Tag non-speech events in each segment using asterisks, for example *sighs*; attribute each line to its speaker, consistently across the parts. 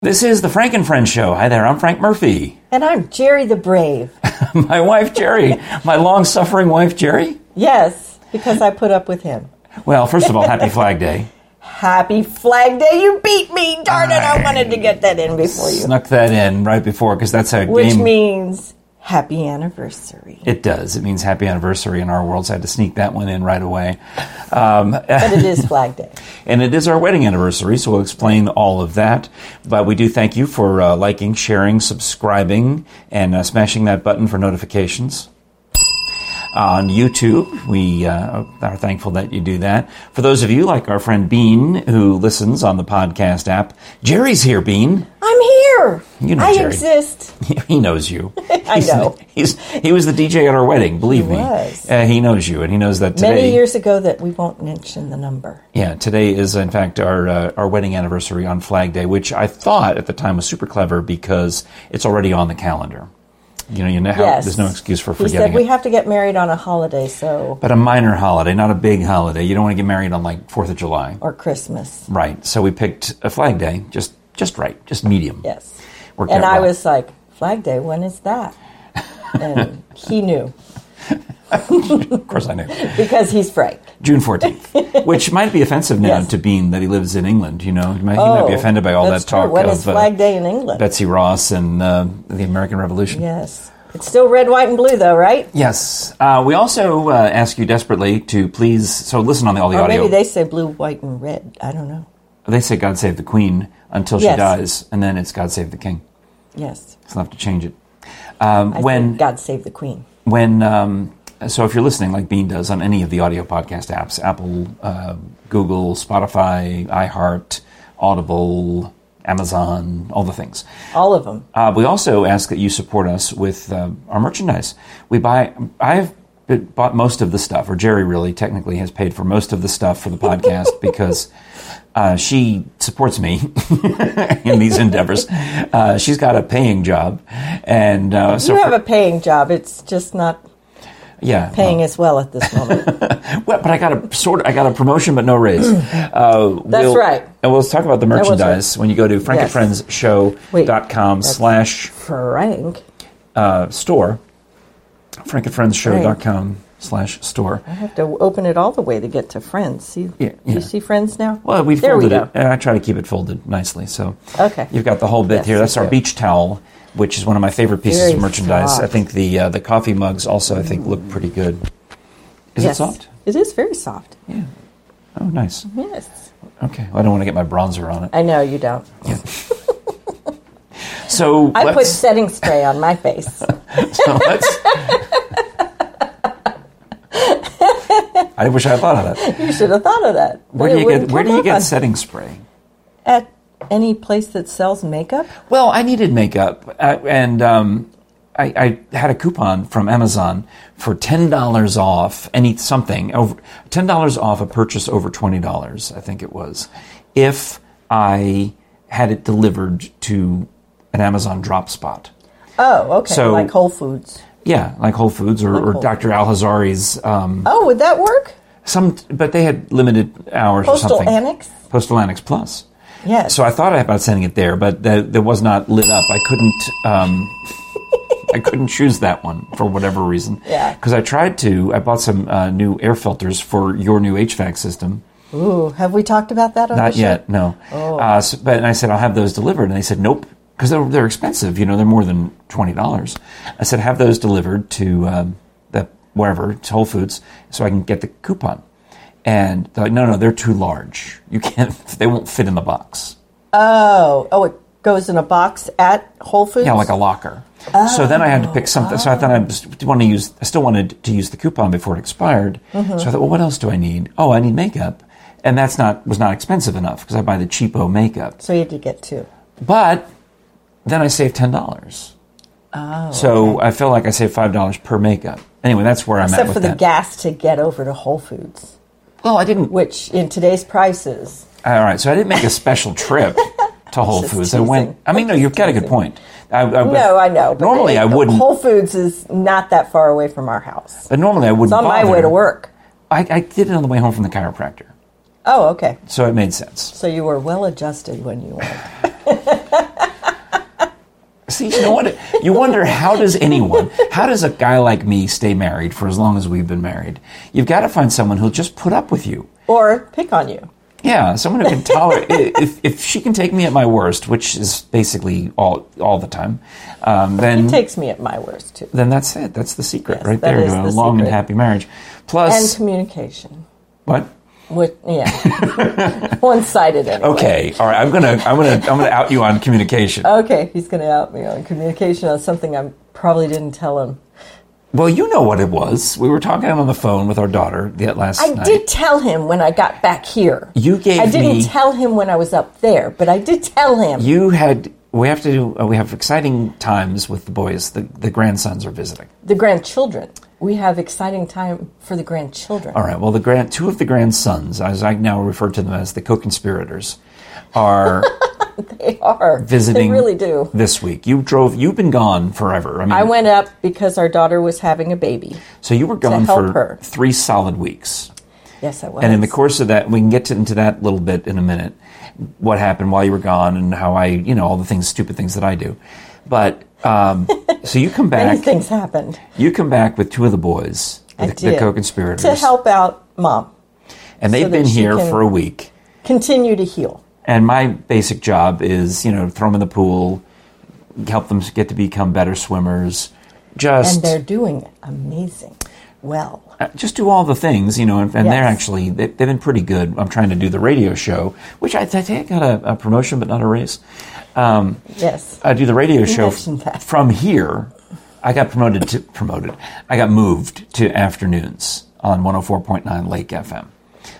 Speaker 1: This is the Frank and Friends Show. Hi there, I'm Frank Murphy. *laughs*
Speaker 2: And I'm Jerry the Brave.
Speaker 1: My wife, Jerry, my long suffering wife, Jerry.
Speaker 2: Yes, because I put up with him.
Speaker 1: Well, first of all, happy Flag Day.
Speaker 2: Happy Flag Day. You beat me. Darn it. I wanted to get that in before you.
Speaker 1: Snuck that in right before because that's how
Speaker 2: Which
Speaker 1: game
Speaker 2: means happy anniversary.
Speaker 1: it does. It means happy anniversary in our world, so I had to sneak that one in right away. Um, *laughs*
Speaker 2: But it is Flag Day.
Speaker 1: And it is our wedding anniversary, so we'll explain all of that. But we do thank you for uh, liking, sharing, subscribing, and uh, smashing that button for notifications. On YouTube, we uh, are thankful that you do that. For those of you, like our friend Bean, who listens on the podcast app, Jerry's here, Bean. *laughs*
Speaker 2: I'm here.
Speaker 1: You know
Speaker 2: I
Speaker 1: Jerry.
Speaker 2: exist.
Speaker 1: He knows you.
Speaker 2: *laughs* I know.
Speaker 1: *laughs* He's, he was the DJ at our wedding, believe me.
Speaker 2: was.
Speaker 1: Uh, he knows you, and he knows that today.
Speaker 2: Many years ago that we won't mention the number.
Speaker 1: Yeah, today is in fact our uh, our wedding anniversary on Flag Day, which I thought at the time was super clever because it's already on the calendar. You know, you know how
Speaker 2: Yes.
Speaker 1: Oh, there's no excuse for
Speaker 2: He said
Speaker 1: forgetting
Speaker 2: we
Speaker 1: it.
Speaker 2: have to get married on a holiday, so
Speaker 1: but a minor holiday, not a big holiday. You don't want to get married on like Fourth of July,
Speaker 2: or Christmas.
Speaker 1: right? So we picked a Flag Day, just just right, just medium.
Speaker 2: Yes.
Speaker 1: Worked
Speaker 2: And
Speaker 1: out
Speaker 2: I
Speaker 1: well.
Speaker 2: was like, Flag Day, when is that? And he knew
Speaker 1: of course, I knew.
Speaker 2: because he's Frank.
Speaker 1: June
Speaker 2: *laughs*
Speaker 1: 14th, which might be offensive now
Speaker 2: Yes.
Speaker 1: to Bean that he lives in England. You know, he might, he might be
Speaker 2: Oh,
Speaker 1: offended by all
Speaker 2: that's
Speaker 1: that talk
Speaker 2: true. When
Speaker 1: of
Speaker 2: is Flag Day in
Speaker 1: uh,
Speaker 2: England?
Speaker 1: Betsy Ross and uh, the American Revolution.
Speaker 2: Yes. It's still red, white, and blue, though, right?
Speaker 1: Yes. Uh, we also uh, ask you desperately to please. So listen on the, all the
Speaker 2: Or
Speaker 1: audio.
Speaker 2: Oh, maybe they say blue, white, and red. I don't know.
Speaker 1: They say "God save the Queen" until she
Speaker 2: Yes.
Speaker 1: dies, and then it's "God save the King."
Speaker 2: Yes.
Speaker 1: So they'll have to change it. Um,
Speaker 2: I
Speaker 1: when
Speaker 2: think God save the Queen.
Speaker 1: when um, so if you're listening like Bean does on any of the audio podcast apps, Apple, uh, Google, Spotify, iHeart, Audible, Amazon, all the things.
Speaker 2: All of them.
Speaker 1: Uh, we also ask that you support us with uh, our merchandise. We buy. I've b- bought most of the stuff, or Jerry really technically has paid for most of the stuff for the
Speaker 2: *laughs*
Speaker 1: podcast because uh, she supports me *laughs* in these endeavors. Uh, she's got a paying job, and uh, so
Speaker 2: You
Speaker 1: for-
Speaker 2: have a paying job. It's just not
Speaker 1: yeah, Uh,
Speaker 2: paying as well at this
Speaker 1: *laughs*
Speaker 2: moment.
Speaker 1: Well, but I got a sort. I got a promotion, but no raise. Uh,
Speaker 2: Mm. That's
Speaker 1: we'll-
Speaker 2: right.
Speaker 1: And we'll talk about the
Speaker 2: was right.
Speaker 1: merchandise when you go to frankandfriendsshow.com
Speaker 2: Wait.
Speaker 1: slash
Speaker 2: Frank.
Speaker 1: uh, store. Frankandfriendsshow.com slash store.
Speaker 2: I have to open it all the way to get to friends. See,
Speaker 1: Yeah, yeah.
Speaker 2: you see friends now.
Speaker 1: Well, we
Speaker 2: there we
Speaker 1: folded
Speaker 2: go.
Speaker 1: it. And I try to keep it folded nicely. So
Speaker 2: Okay.
Speaker 1: you've got the whole bit
Speaker 2: Yes,
Speaker 1: here. That's
Speaker 2: you
Speaker 1: our
Speaker 2: do.
Speaker 1: beach towel, which is one of my favorite pieces
Speaker 2: Very
Speaker 1: of merchandise.
Speaker 2: soft.
Speaker 1: I think the uh, the coffee mugs also I think look pretty good. Is
Speaker 2: yes.
Speaker 1: it soft?
Speaker 2: It is very soft.
Speaker 1: Oh, nice.
Speaker 2: Yes.
Speaker 1: Okay. Well, I don't want to get my bronzer on it.
Speaker 2: I know you don't.
Speaker 1: So
Speaker 2: I put *laughs*
Speaker 1: let's-
Speaker 2: setting spray on my face.
Speaker 1: So let's- I wish I had thought of that.
Speaker 2: you should have thought of that. but
Speaker 1: Where
Speaker 2: it
Speaker 1: do you
Speaker 2: wouldn't
Speaker 1: get where do
Speaker 2: come
Speaker 1: you get
Speaker 2: on.
Speaker 1: setting spray?
Speaker 2: at any place that sells makeup?
Speaker 1: Well, I needed makeup, uh, and um, I, I had a coupon from Amazon for ten dollars off any something over ten dollars off a purchase over twenty dollars. I think it was if I had it delivered to an Amazon drop spot.
Speaker 2: Oh, okay.
Speaker 1: So-
Speaker 2: like Whole Foods.
Speaker 1: Yeah, like Whole Foods or, or
Speaker 2: Whole
Speaker 1: Dr. Al Hazari's um,
Speaker 2: Oh, would that work?
Speaker 1: Some, but they had limited hours
Speaker 2: Postal
Speaker 1: or something.
Speaker 2: Annex?
Speaker 1: Postal Annex Plus.
Speaker 2: Yes.
Speaker 1: So I thought about sending it there, but that that was not lit up. I couldn't. Um, I couldn't choose that one for whatever reason.
Speaker 2: Yeah.
Speaker 1: Because I tried to. I bought some uh, new air filters for your new HVAC system.
Speaker 2: Ooh, have we talked about that? On
Speaker 1: Not
Speaker 2: the show?
Speaker 1: yet. No. Uh, s- but and I said I'll have those delivered, and they said nope because they're they're expensive. You know, they're more than twenty dollars. I said have those delivered to um, the wherever to Whole Foods so I can get the coupon. And they're like, no, no, they're too large. You can't. *laughs* They won't fit in the box.
Speaker 2: Oh, oh, it goes in a box at Whole Foods.
Speaker 1: Yeah, like a locker. so then I had to pick something. So I thought I just want to use. I still wanted to use the coupon before it expired.
Speaker 2: Mm-hmm.
Speaker 1: So I thought, well, what else do I need? Oh, I need makeup, and that's not was not expensive enough because I buy the cheapo makeup.
Speaker 2: so you had to get two.
Speaker 1: But then I saved ten dollars. Oh. So I feel like I saved five dollars per makeup. Anyway, that's where I'm
Speaker 2: Except
Speaker 1: at
Speaker 2: for
Speaker 1: with
Speaker 2: the
Speaker 1: that.
Speaker 2: gas to get over to Whole Foods,
Speaker 1: well, I didn't.
Speaker 2: which in today's prices,
Speaker 1: All right, so I didn't make a special trip
Speaker 2: *laughs*
Speaker 1: to Whole
Speaker 2: Just
Speaker 1: Foods. I went.
Speaker 2: teasing.
Speaker 1: I mean, no, you've got a good point. I, I,
Speaker 2: no, I know. but
Speaker 1: Normally,
Speaker 2: they-
Speaker 1: I wouldn't.
Speaker 2: Whole Foods is not that far away from our house.
Speaker 1: but normally, I wouldn't.
Speaker 2: It's on my
Speaker 1: bother.
Speaker 2: way to work.
Speaker 1: I, I did it on the way home from the chiropractor,
Speaker 2: Oh, okay.
Speaker 1: so it made sense.
Speaker 2: So you were well adjusted when you went.
Speaker 1: you know what? You wonder how does anyone, how does a guy like me stay married for as long as we've been married? You've got to find someone who'll just put up with you.
Speaker 2: Or pick on you.
Speaker 1: Yeah, someone who can tolerate. *laughs* i- if if she can take me at my worst, which is basically all all the time, um, then
Speaker 2: Takes me at my worst too.
Speaker 1: then that's it. That's the secret
Speaker 2: Yes,
Speaker 1: right
Speaker 2: that
Speaker 1: there
Speaker 2: is
Speaker 1: to a
Speaker 2: the
Speaker 1: long and
Speaker 2: secret.
Speaker 1: happy marriage.
Speaker 2: And
Speaker 1: Plus,
Speaker 2: communication.
Speaker 1: what?
Speaker 2: Which, yeah.
Speaker 1: *laughs*
Speaker 2: One sided anyway.
Speaker 1: Okay, all right. I'm gonna I'm gonna I'm gonna out you on communication.
Speaker 2: Okay, he's going to out me on communication on something I probably didn't tell him.
Speaker 1: Well, you know what it was. We were talking on the phone with our daughter the last
Speaker 2: I
Speaker 1: night.
Speaker 2: did tell him when I got back here.
Speaker 1: You gave
Speaker 2: I didn't
Speaker 1: me-
Speaker 2: tell him when I was up there, but I did tell him.
Speaker 1: You had. We have to do. Uh, we have exciting times with the boys. The the grandsons are visiting.
Speaker 2: the grandchildren. We have exciting time for the grandchildren.
Speaker 1: All right. Well, the grand two of the grandsons, as I now refer to them as the co-conspirators, are
Speaker 2: They are
Speaker 1: visiting.
Speaker 2: *laughs* They really do.
Speaker 1: this week. You drove. You've been gone forever. I mean,
Speaker 2: I went up because our daughter was having a baby.
Speaker 1: so you were gone
Speaker 2: help
Speaker 1: for
Speaker 2: her.
Speaker 1: three solid weeks.
Speaker 2: Yes, I was.
Speaker 1: And in the course of that, we can get to, into that little bit in a minute. What happened while you were gone, and how I, you know, all the things, stupid things that I do. But
Speaker 2: *laughs*
Speaker 1: um, so you come
Speaker 2: many
Speaker 1: back.
Speaker 2: things happened
Speaker 1: You come back with two of the boys, the,
Speaker 2: I
Speaker 1: the
Speaker 2: did.
Speaker 1: co-conspirators,
Speaker 2: to help out mom
Speaker 1: and they've
Speaker 2: so that
Speaker 1: been
Speaker 2: she
Speaker 1: here
Speaker 2: can-
Speaker 1: for a week.
Speaker 2: continue to heal.
Speaker 1: And my basic job is, you know, throw them in the pool, help them get to become better swimmers,
Speaker 2: And
Speaker 1: just
Speaker 2: they're doing amazing. Well,
Speaker 1: uh, just do all the things, you know. And, and they're
Speaker 2: Yes.
Speaker 1: actually they, they've been pretty good. I'm trying to do the radio show, which I, I think I got a, a promotion, but not a raise.
Speaker 2: yes.
Speaker 1: I do the radio show
Speaker 2: mentioned that.
Speaker 1: from here. I got promoted to promoted. I got moved to afternoons on 104.9 Lake FM.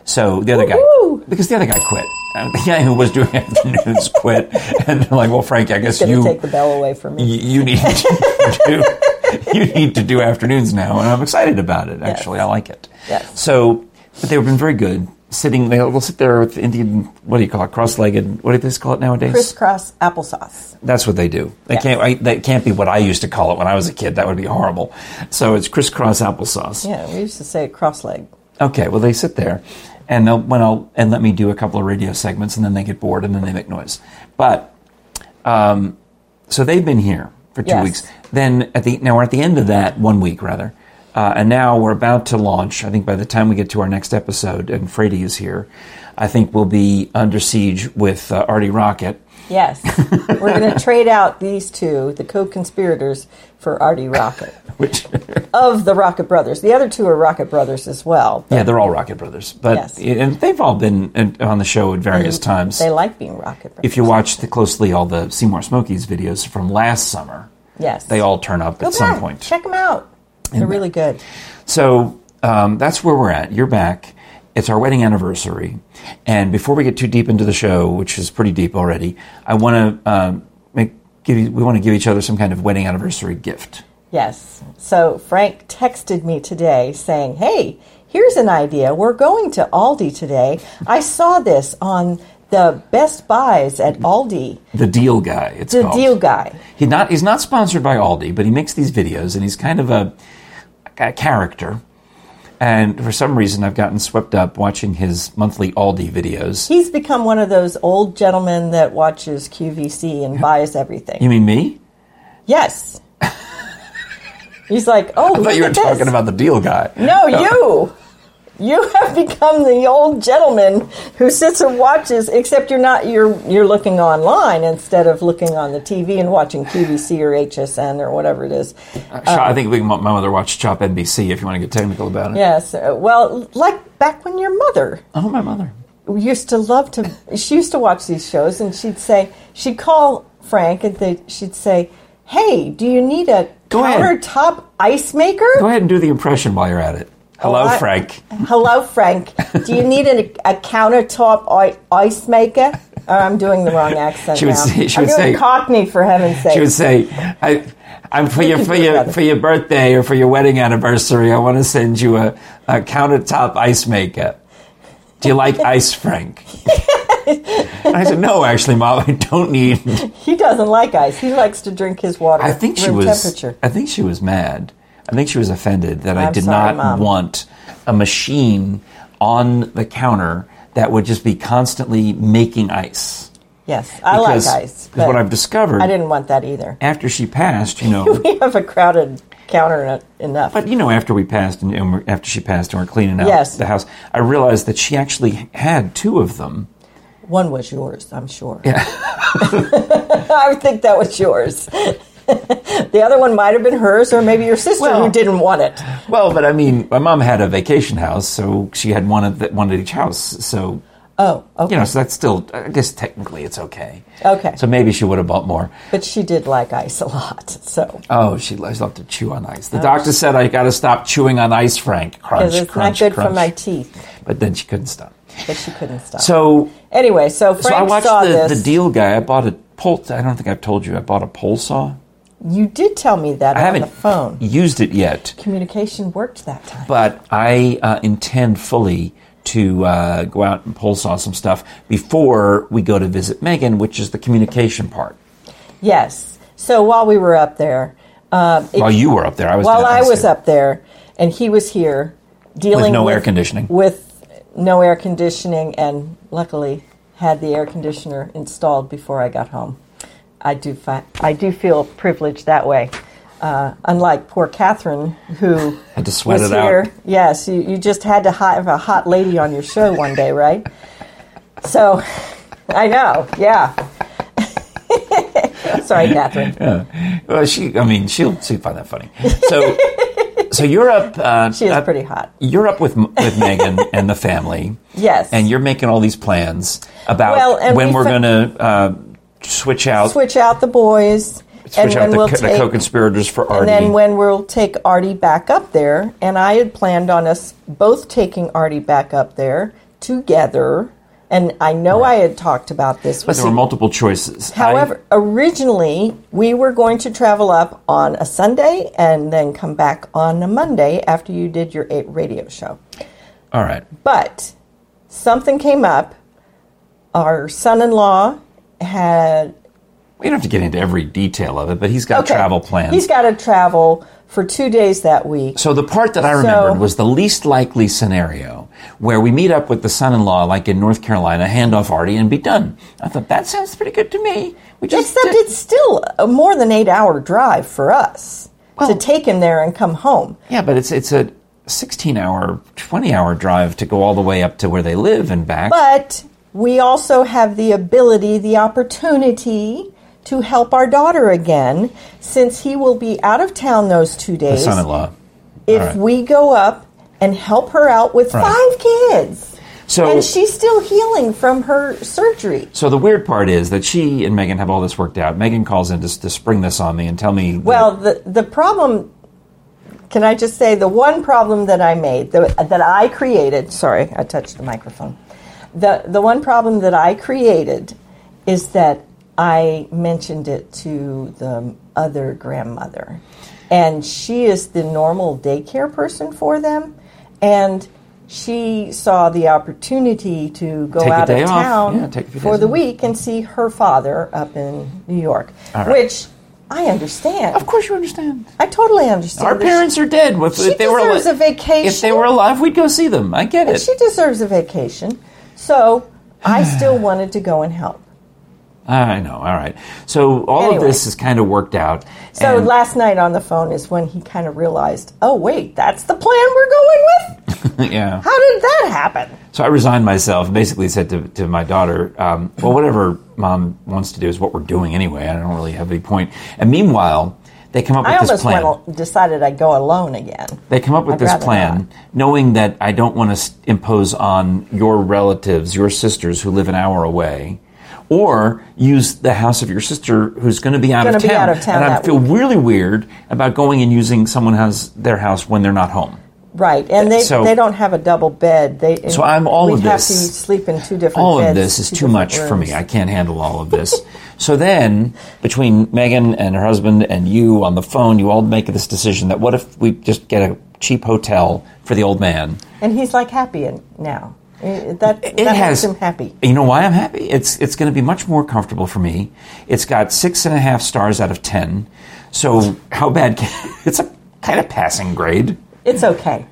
Speaker 1: So the other guy,
Speaker 2: Woohoo!
Speaker 1: because the other guy quit. Uh, The guy who was doing *laughs* afternoons quit, and they're like, "Well, Frank, I guess
Speaker 2: Going
Speaker 1: you
Speaker 2: to take the bell away from
Speaker 1: y-
Speaker 2: me.
Speaker 1: you need to do you need to do afternoons now, and I'm excited about it. Actually,
Speaker 2: Yes.
Speaker 1: I like it.
Speaker 2: Yes.
Speaker 1: So, but they've been very good. Sitting, they'll sit there with Indian. What do you call it? Cross-legged. What do they call it nowadays?
Speaker 2: Crisscross applesauce.
Speaker 1: That's what they do. They
Speaker 2: Yes.
Speaker 1: can't. I, that can't be what I used to call it when I was a kid. That would be horrible. So it's crisscross applesauce.
Speaker 2: Yeah, we used to say cross leg.
Speaker 1: Okay. Well, they sit there, and they'll when I'll and let me do a couple of radio segments, and then they get bored, and then they make noise. But, um, so they've been here for two
Speaker 2: Yes.
Speaker 1: weeks. Then at the now we're at the end of that one week rather, uh, and now we're about to launch. I think by the time we get to our next episode, and Frady is here, I think we'll be under siege with uh, Artie Rocket. *laughs*
Speaker 2: Yes. We're going to trade out these two, the co conspirators, for Artie Rocket
Speaker 1: Which
Speaker 2: of the Rocket Brothers. The other two are Rocket Brothers as well. but
Speaker 1: Yeah, they're all Rocket Brothers, but
Speaker 2: Yes.
Speaker 1: and they've all been in- on the show at various times.
Speaker 2: They like being Rocket Brothers.
Speaker 1: if you watch the closely all the Seymour Smokies videos from last summer,
Speaker 2: yes.
Speaker 1: they all turn up
Speaker 2: Go
Speaker 1: at some
Speaker 2: back.
Speaker 1: point. uh,
Speaker 2: Check them out. They're really good.
Speaker 1: So um, that's where we're at. You're back. It's our wedding anniversary, and before we get too deep into the show, which is pretty deep already, I want to um, make give you, we want to give each other some kind of wedding anniversary gift.
Speaker 2: Yes. So Frank texted me today saying, "Hey, here's an idea. We're going to Aldi today. I saw this on the Best Buys at Aldi.
Speaker 1: The Deal Guy. It's
Speaker 2: The
Speaker 1: called.
Speaker 2: deal guy.
Speaker 1: He not he's not sponsored by Aldi, but he makes these videos, and he's kind of a, a character. And for some reason, I've gotten swept up watching his monthly Aldi videos.
Speaker 2: He's become one of those old gentlemen that watches QVC and buys everything.
Speaker 1: You mean me? *laughs*
Speaker 2: Yes. He's like, oh,
Speaker 1: I thought you were talking about the deal guy. *laughs*
Speaker 2: No, you. You have become the old gentleman who sits and watches. Except you're not. You're you're looking online instead of looking on the TV and watching QVC or HSN or whatever it is.
Speaker 1: Sure, Uh, I think we, my my mother watched Chop NBC. If you want to get technical about it.
Speaker 2: Yes. uh, Well, like back when your mother
Speaker 1: Oh, my mother.
Speaker 2: used to love to. She used to watch these shows, and she'd say she'd call Frank, and they, she'd say, "Hey, do you need a
Speaker 1: Go ahead.
Speaker 2: countertop ice maker?"
Speaker 1: Go ahead and do the impression while you're at it. Hello,
Speaker 2: Oh, I-
Speaker 1: Frank.
Speaker 2: Hello, Frank. Do you need an, a countertop i- ice maker? Oh, I'm doing the wrong
Speaker 1: *laughs*
Speaker 2: accent
Speaker 1: She would
Speaker 2: now.
Speaker 1: say- she
Speaker 2: I'm
Speaker 1: would
Speaker 2: doing
Speaker 1: say-
Speaker 2: Cockney for heaven's sake.
Speaker 1: She would say, I, "I'm for your for your for your birthday or for your wedding anniversary. I want to send you a, a countertop ice maker. Do you like ice,
Speaker 2: *laughs*
Speaker 1: Frank?" And I said, "No, actually, Mom, I don't need."
Speaker 2: *laughs* he doesn't like ice. He likes to drink his water.
Speaker 1: I think she
Speaker 2: room
Speaker 1: was.
Speaker 2: temperature.
Speaker 1: I think she was mad. I think she was offended that I
Speaker 2: I'm
Speaker 1: did not
Speaker 2: sorry, Mom.
Speaker 1: want a machine on the counter that would just be constantly making ice.
Speaker 2: Yes, I
Speaker 1: because,
Speaker 2: like ice.
Speaker 1: Because
Speaker 2: but
Speaker 1: what I've discovered
Speaker 2: I didn't want that either. *laughs*
Speaker 1: after she passed, you know,
Speaker 2: We have a crowded counter en- enough.
Speaker 1: but you know, after we passed and, and we're- after she passed and we're cleaning out
Speaker 2: Yes.
Speaker 1: the house, I realized that she actually had two of them.
Speaker 2: One was yours, I'm sure. *laughs* I think that was yours. *laughs* the other one might have been hers, or maybe your sister
Speaker 1: Well-
Speaker 2: who didn't want it.
Speaker 1: Well, but I mean, my mom had a vacation house, so she had one at the, one at each house. So
Speaker 2: Oh, okay.
Speaker 1: you know, so that's still, I guess technically it's okay.
Speaker 2: Okay.
Speaker 1: So maybe she would have bought more.
Speaker 2: But she did like ice a lot, so
Speaker 1: Oh, she loves loved to chew on ice. The doctor said I got to stop chewing on ice, Frank. Crunch,
Speaker 2: Oh. because it's
Speaker 1: crunch,
Speaker 2: not good
Speaker 1: crunch.
Speaker 2: for my teeth.
Speaker 1: But then she couldn't stop.
Speaker 2: But she couldn't stop.
Speaker 1: So,
Speaker 2: anyway, so Frank
Speaker 1: so I watched
Speaker 2: saw
Speaker 1: the,
Speaker 2: this.
Speaker 1: the deal guy. I bought a pole. I don't think I've told you. I bought a pole saw.
Speaker 2: You did tell me that
Speaker 1: I
Speaker 2: on
Speaker 1: haven't
Speaker 2: the phone.
Speaker 1: used it yet,
Speaker 2: Communication worked that time.
Speaker 1: but I uh, intend fully to uh, go out and pole saw some stuff before we go to visit Megan, which is the communication part.
Speaker 2: yes. So while we were up there, um, it-
Speaker 1: While you were up there, I was
Speaker 2: while
Speaker 1: down
Speaker 2: I was
Speaker 1: downstairs.
Speaker 2: up there, and he was here dealing
Speaker 1: no air conditioning.
Speaker 2: with no air conditioning, and luckily had the air conditioner installed before I got home. I do fi- I do feel privileged that way. Uh, unlike poor Catherine, who
Speaker 1: *laughs* Had to sweat
Speaker 2: was
Speaker 1: it out.
Speaker 2: here. Yes, you, you just had to hi- have a hot lady on your show one day, right? So, I know, yeah. *laughs* Sorry, Catherine.
Speaker 1: Well, she, I mean, she'll she'll find that funny.
Speaker 2: *laughs*
Speaker 1: So, so you're up. Uh,
Speaker 2: She is
Speaker 1: uh,
Speaker 2: pretty hot.
Speaker 1: You're up with with
Speaker 2: *laughs*
Speaker 1: Megan and the family,
Speaker 2: Yes.
Speaker 1: and you're making all these plans about
Speaker 2: Well, and
Speaker 1: when
Speaker 2: we
Speaker 1: we are
Speaker 2: fa-
Speaker 1: going to uh, switch out,
Speaker 2: switch out the boys,
Speaker 1: switch out
Speaker 2: when
Speaker 1: the,
Speaker 2: we'll
Speaker 1: co- the
Speaker 2: take-
Speaker 1: co-conspirators for
Speaker 2: and
Speaker 1: Artie.
Speaker 2: then when we'll take Artie back up there. And I had planned on us both taking Artie back up there together. And I know I had talked about this.
Speaker 1: but there were multiple choices. I-
Speaker 2: However, originally we were going to travel up on a Sunday and then come back on a Monday after you did your eight radio show.
Speaker 1: all right,
Speaker 2: But something came up. Our son-in-law had
Speaker 1: we don't have to get into every detail of it, but he's got
Speaker 2: Okay.
Speaker 1: travel plans.
Speaker 2: He's got to travel for two days that week.
Speaker 1: So the part that I remembered
Speaker 2: So-
Speaker 1: was the least likely scenario where we meet up with the son-in-law, like in North Carolina, hand off Artie, and be done. I thought that sounds pretty good to me. We just
Speaker 2: Except it's still a more than eight hour drive for us
Speaker 1: Well-
Speaker 2: to take him there and come home.
Speaker 1: yeah, but it's it's a sixteen-hour, twenty-hour drive to go all the way up to where they live and back.
Speaker 2: But we also have the ability, the opportunity to help our daughter again since he will be out of town those two days.
Speaker 1: son-in-law.
Speaker 2: if
Speaker 1: All right.
Speaker 2: we go up and help her out with
Speaker 1: Right.
Speaker 2: five kids.
Speaker 1: So-
Speaker 2: and she's still healing from her surgery.
Speaker 1: So the weird part is that she and Megan have all this worked out. Megan calls in to, to spring this on me and tell me. that-
Speaker 2: Well, the the problem. Can I just say the one problem that I made the, that I created? Sorry, I touched the microphone. The the one problem that I created is that I mentioned it to the other grandmother, and she is the normal daycare person for them, and she saw the opportunity to go
Speaker 1: Take a
Speaker 2: out
Speaker 1: day
Speaker 2: of
Speaker 1: off.
Speaker 2: town
Speaker 1: Yeah, take a few
Speaker 2: for
Speaker 1: days
Speaker 2: the
Speaker 1: off.
Speaker 2: week and see her father up in New York,
Speaker 1: All right.
Speaker 2: which. I understand.
Speaker 1: of course you understand.
Speaker 2: I totally understand.
Speaker 1: Our
Speaker 2: that
Speaker 1: parents are dead. If,
Speaker 2: She
Speaker 1: if they were
Speaker 2: deserves
Speaker 1: ali-
Speaker 2: a vacation.
Speaker 1: If they were alive, we'd go see them. I get it.
Speaker 2: She, she deserves a vacation. So
Speaker 1: *sighs*
Speaker 2: I still wanted to go and help.
Speaker 1: I know. All right. So all of
Speaker 2: Anyway.
Speaker 1: this is kind of worked out.
Speaker 2: So
Speaker 1: and
Speaker 2: last night on the phone is when he kind of realized, oh, wait, that's the plan we're going
Speaker 1: *laughs*
Speaker 2: with?
Speaker 1: yeah.
Speaker 2: How did that happen?
Speaker 1: So I resigned myself. and Basically, said to, to my daughter, um, "Well, whatever mom wants to do is what we're doing anyway. I don't really have any point." And meanwhile, they come up with
Speaker 2: I
Speaker 1: this
Speaker 2: almost
Speaker 1: plan.
Speaker 2: went, al- decided I'd go alone again.
Speaker 1: They come up with
Speaker 2: I'd
Speaker 1: this
Speaker 2: rather
Speaker 1: plan,
Speaker 2: not.
Speaker 1: knowing that I don't want to s- impose on your relatives, your sisters who live an hour away, or use the house of your sister who's going to be out, of,
Speaker 2: Gonna
Speaker 1: town.
Speaker 2: be out of town
Speaker 1: And I
Speaker 2: that
Speaker 1: feel really weird about going and using someone has their house when they're not home.
Speaker 2: Right, and they,
Speaker 1: So-
Speaker 2: they don't have a double bed. They
Speaker 1: So I'm all
Speaker 2: we'd
Speaker 1: of
Speaker 2: have
Speaker 1: this-
Speaker 2: to sleep in two different.
Speaker 1: All of
Speaker 2: beds,
Speaker 1: this is
Speaker 2: two
Speaker 1: too much
Speaker 2: different
Speaker 1: for
Speaker 2: rooms.
Speaker 1: me. I can't handle all of this. so then, between Megan and her husband and you on the phone, you all make this decision that what if we just get a cheap hotel for the old man?
Speaker 2: and he's like happy in, now. It- That
Speaker 1: it
Speaker 2: that
Speaker 1: has
Speaker 2: makes him happy.
Speaker 1: You know why I'm happy? It's it's going to be much more comfortable for me. It's got six and a half stars out of ten. So how bad? Can, *laughs* it's a kind of passing grade,
Speaker 2: It's okay.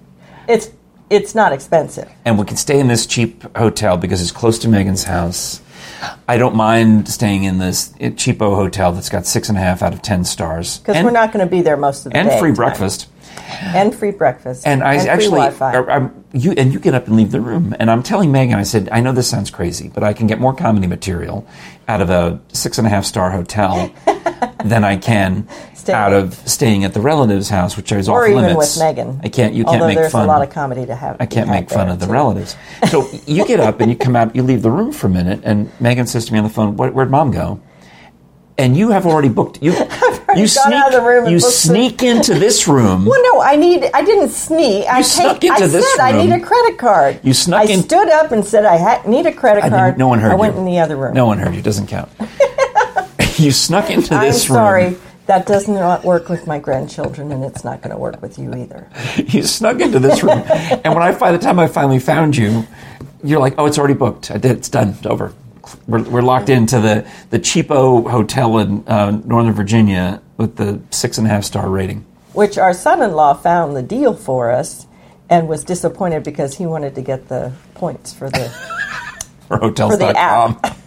Speaker 2: It's it's not expensive.
Speaker 1: and we can stay in this cheap hotel because it's close to Megan's house. I don't mind staying in this cheapo hotel that's got six and a half out of ten stars.
Speaker 2: Because
Speaker 1: And-
Speaker 2: we're not going to be there most of the
Speaker 1: and
Speaker 2: day.
Speaker 1: free
Speaker 2: tonight.
Speaker 1: breakfast.
Speaker 2: And free breakfast.
Speaker 1: And I
Speaker 2: free
Speaker 1: actually,
Speaker 2: Wi-Fi.
Speaker 1: I- I'm- you and you get up and leave the room. And I'm telling Megan, I said, I know this sounds crazy, but I can get more comedy material out of a six and a half star
Speaker 2: *laughs*
Speaker 1: hotel than I can
Speaker 2: Staying.
Speaker 1: out of staying at the relative's house, which is
Speaker 2: or
Speaker 1: off
Speaker 2: even
Speaker 1: limits.
Speaker 2: with Megan.
Speaker 1: I can't. You can't
Speaker 2: Although
Speaker 1: make
Speaker 2: there's
Speaker 1: fun.
Speaker 2: a lot of comedy to have.
Speaker 1: I can't make fun of the relatives.
Speaker 2: *laughs*
Speaker 1: So you get up and you come out, you leave the room for a minute, and Megan says to me on the phone, Where, "Where'd mom go?" And you have already booked.
Speaker 2: *laughs*
Speaker 1: You you
Speaker 2: gone
Speaker 1: sneak
Speaker 2: out of the room and
Speaker 1: you
Speaker 2: booked the-
Speaker 1: sneak into this
Speaker 2: *laughs*
Speaker 1: room.
Speaker 2: Well, no, I need. I didn't sneak. I
Speaker 1: snuck
Speaker 2: take- I
Speaker 1: into this
Speaker 2: said I
Speaker 1: room.
Speaker 2: need a credit card.
Speaker 1: You snuck
Speaker 2: I
Speaker 1: in-
Speaker 2: stood up and said I ha- need a credit
Speaker 1: I
Speaker 2: card.
Speaker 1: didn't, no one heard
Speaker 2: I
Speaker 1: you.
Speaker 2: went in the other room.
Speaker 1: No one heard you. Doesn't count. *laughs* you snuck into
Speaker 2: I'm
Speaker 1: this room.
Speaker 2: sorry. That does not work with my grandchildren, and it's not going to work with you either.
Speaker 1: *laughs* You snuck into this room, and when I by the time I finally found you, you're like, "Oh, it's already booked. I did. It's done. It's over. We're, we're locked into the the cheapo hotel in uh, Northern Virginia with the six and a half star rating."
Speaker 2: Which our son-in-law found the deal for us, and was disappointed because he wanted to get the points for the. *laughs*
Speaker 1: or
Speaker 2: For the
Speaker 1: hotels.com.
Speaker 2: app.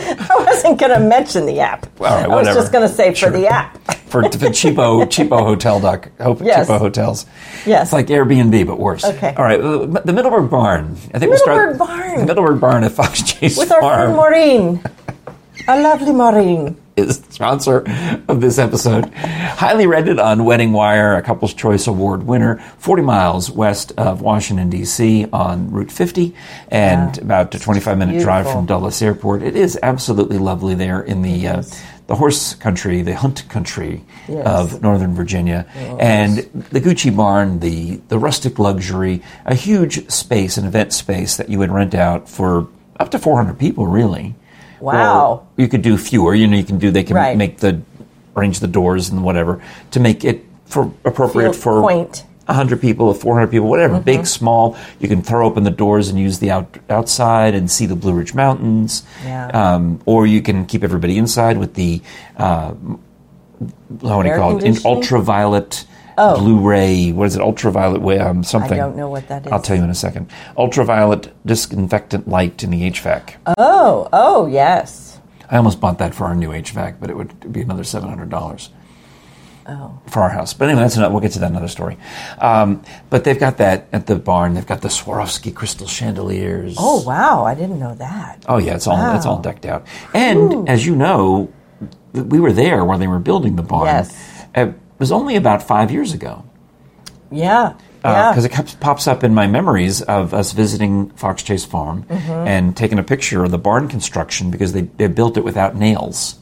Speaker 2: I wasn't going to mention the app.
Speaker 1: All right,
Speaker 2: I was
Speaker 1: whatever.
Speaker 2: just going to say
Speaker 1: Sure.
Speaker 2: for the
Speaker 1: *laughs*
Speaker 2: app.
Speaker 1: for, for cheapo cheapo hotel doc ho,
Speaker 2: Yes.
Speaker 1: cheapo hotels.
Speaker 2: Yes.
Speaker 1: it's like Airbnb but worse.
Speaker 2: Okay.
Speaker 1: all right. uh, The Middleburg Barn. I think we start
Speaker 2: Middleburg Barn.
Speaker 1: The Middleburg Barn at Fox Chase
Speaker 2: With our
Speaker 1: Farm
Speaker 2: friend Maureen. Our lovely Maureen.
Speaker 1: is the sponsor of this episode. Highly rated on Wedding Wire, a Couples Choice Award winner, 40 miles west of Washington, D.C., on Route 50, and about a 25 minute drive
Speaker 2: beautiful.
Speaker 1: from Dulles Airport. It is absolutely lovely there in the, uh, the horse country, the hunt country
Speaker 2: Yes.
Speaker 1: of Northern Virginia. And the Gucci barn, the, the rustic luxury, a huge space, an event space that you would rent out for up to 400 people, really.
Speaker 2: Wow.
Speaker 1: Or you could do fewer. You know, you can do. They can
Speaker 2: Right.
Speaker 1: make the arrange the doors and whatever to make it for appropriate
Speaker 2: Feel
Speaker 1: for
Speaker 2: quaint. Mm-hmm.
Speaker 1: hundred people, four hundred people, whatever. Big, small. You can throw open the doors and use the out, outside and see the Blue Ridge Mountains.
Speaker 2: Yeah.
Speaker 1: Um, or you can keep everybody inside with the uh, how do you
Speaker 2: Air
Speaker 1: call it? In
Speaker 2: conditioning? Oh.
Speaker 1: ultraviolet. Blu-ray, what is it? Ultraviolet, wa- um, something.
Speaker 2: don't know what that
Speaker 1: I'll
Speaker 2: is.
Speaker 1: tell you in a second. Ultraviolet disinfectant light in the HVAC.
Speaker 2: Oh, oh, yes.
Speaker 1: I almost bought that for our new HVAC, but it would be another seven hundred dollars.
Speaker 2: Oh.
Speaker 1: For our house, but anyway, that's another. We'll get to that another story. Um, but they've got that at the barn. They've got the Swarovski crystal chandeliers.
Speaker 2: Oh, wow. I didn't know that.
Speaker 1: Oh, yeah, it's all it's all decked out. And as you know, th- we were there when they were building the barn.
Speaker 2: Yes.
Speaker 1: it was only about five years ago
Speaker 2: Yeah.
Speaker 1: Uh,
Speaker 2: Yeah.
Speaker 1: because it keeps, pops up in my memories of us visiting Fox Chase Farm
Speaker 2: Mm-hmm.
Speaker 1: and taking a picture of the barn construction because they, they built it without nails.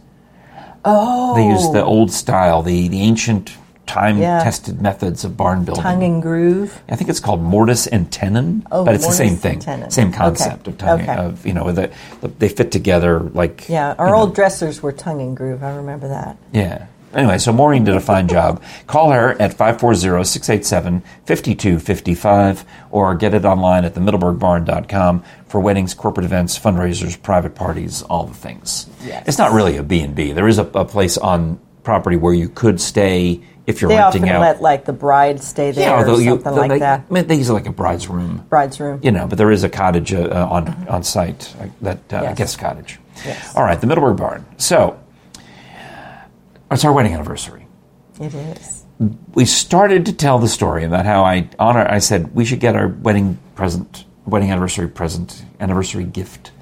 Speaker 1: Oh. They used the old style, the, the ancient time tested methods of barn building.
Speaker 2: Tongue and groove.
Speaker 1: I think it's called mortise and tenon,
Speaker 2: Oh,
Speaker 1: but it's the
Speaker 2: mortise
Speaker 1: same
Speaker 2: and
Speaker 1: thing,
Speaker 2: tenon.
Speaker 1: same
Speaker 2: Okay.
Speaker 1: concept of tongue,
Speaker 2: Okay.
Speaker 1: of you know, the, the, they fit together like
Speaker 2: Yeah.
Speaker 1: you
Speaker 2: Our
Speaker 1: know,
Speaker 2: old dressers were tongue and groove. I remember that.
Speaker 1: yeah. Anyway, so Maureen did a fine job. Call her at 540-687-5255 or get it online at themiddleburgbarn.com for weddings, corporate events, fundraisers, private parties, all the things.
Speaker 2: Yes.
Speaker 1: It's not really a B&B. There is a, a place on property where you could stay if you're
Speaker 2: They
Speaker 1: renting
Speaker 2: often
Speaker 1: out.
Speaker 2: let, like, the bride stay there
Speaker 1: yeah,
Speaker 2: or
Speaker 1: although
Speaker 2: something
Speaker 1: you, though
Speaker 2: like
Speaker 1: they,
Speaker 2: that.
Speaker 1: I mean, they use it like a bride's room
Speaker 2: Bride's room.
Speaker 1: you know, but there is a cottage uh, uh, on on site uh, that uh,
Speaker 2: Mm-hmm. Yes.
Speaker 1: guest cottage.
Speaker 2: Yes.
Speaker 1: All right, the Middleburg Barn. So it's our wedding anniversary.
Speaker 2: It is.
Speaker 1: We started to tell the story about how I on our, I said we should get our wedding present, wedding anniversary present, anniversary gift,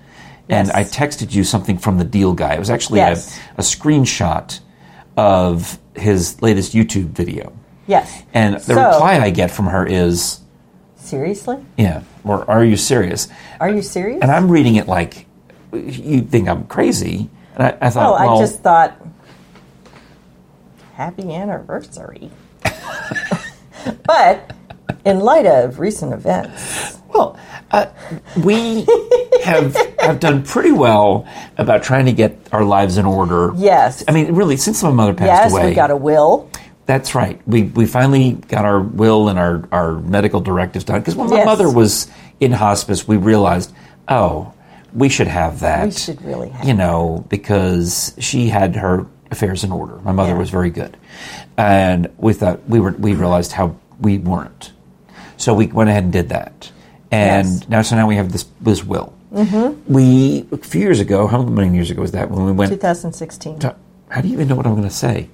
Speaker 1: and
Speaker 2: Yes.
Speaker 1: I texted you something from the deal guy. It was actually
Speaker 2: Yes.
Speaker 1: a, a screenshot of his latest YouTube video,
Speaker 2: Yes.
Speaker 1: and the
Speaker 2: So-
Speaker 1: reply I get from her is,
Speaker 2: Seriously?
Speaker 1: "Yeah, or are you serious?"
Speaker 2: Are you serious?
Speaker 1: And I'm reading it like, you think I'm crazy. And I, I thought,
Speaker 2: Oh,
Speaker 1: well,
Speaker 2: I just thought, happy anniversary. *laughs* but in light of recent events,
Speaker 1: well uh,
Speaker 2: *laughs*
Speaker 1: we have, have done pretty well about trying to get our lives in order.
Speaker 2: Yes.
Speaker 1: I mean, really, since my mother passed
Speaker 2: yes,
Speaker 1: away.
Speaker 2: we got a will.
Speaker 1: That's right. We, we finally got our will and our, our medical directives done. Because when my
Speaker 2: Yes.
Speaker 1: mother was in hospice, we realized, oh, we should have that.
Speaker 2: We should really have
Speaker 1: You know, because she had her affairs in order. My mother
Speaker 2: Yeah.
Speaker 1: was very good. And we thought, we, were, we realized how we weren't. So we went ahead and did that. And
Speaker 2: Yes. Mm-hmm.
Speaker 1: now, so now we have this, this will. We a few years ago, how many years ago was that when we went?
Speaker 2: 2016.
Speaker 1: To, how do you even know what I'm going to say?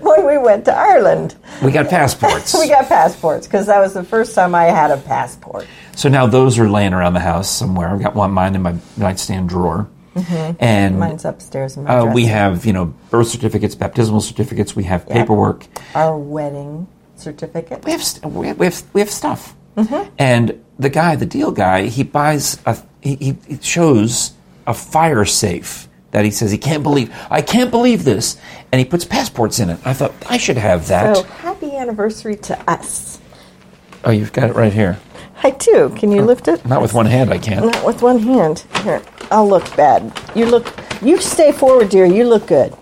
Speaker 2: When we went to Ireland, *laughs*
Speaker 1: We got passports.
Speaker 2: we got passports because that was the first time I had a passport.
Speaker 1: so now those are laying around the house somewhere. I've got one mine in my nightstand drawer, Mm-hmm. and
Speaker 2: Mine's upstairs in my
Speaker 1: uh, we
Speaker 2: dresser.
Speaker 1: have you know birth certificates, baptismal certificates. We have paperwork.
Speaker 2: Our wedding certificate.
Speaker 1: we have st- we have we have, we have stuff. And Mm-hmm. the guy, the deal guy, he buys a he, he- he shows a fire safe that he says he can't believe. I can't believe this, and he puts passports in it. I thought I should have that.
Speaker 2: So happy anniversary to us.
Speaker 1: Oh, you've got it right here.
Speaker 2: I do. Can
Speaker 1: Oh,
Speaker 2: you lift it?
Speaker 1: Not with one hand, I can't. *laughs*
Speaker 2: Not with one hand. Here, I'll look bad. You look. You stay forward, dear. You look good.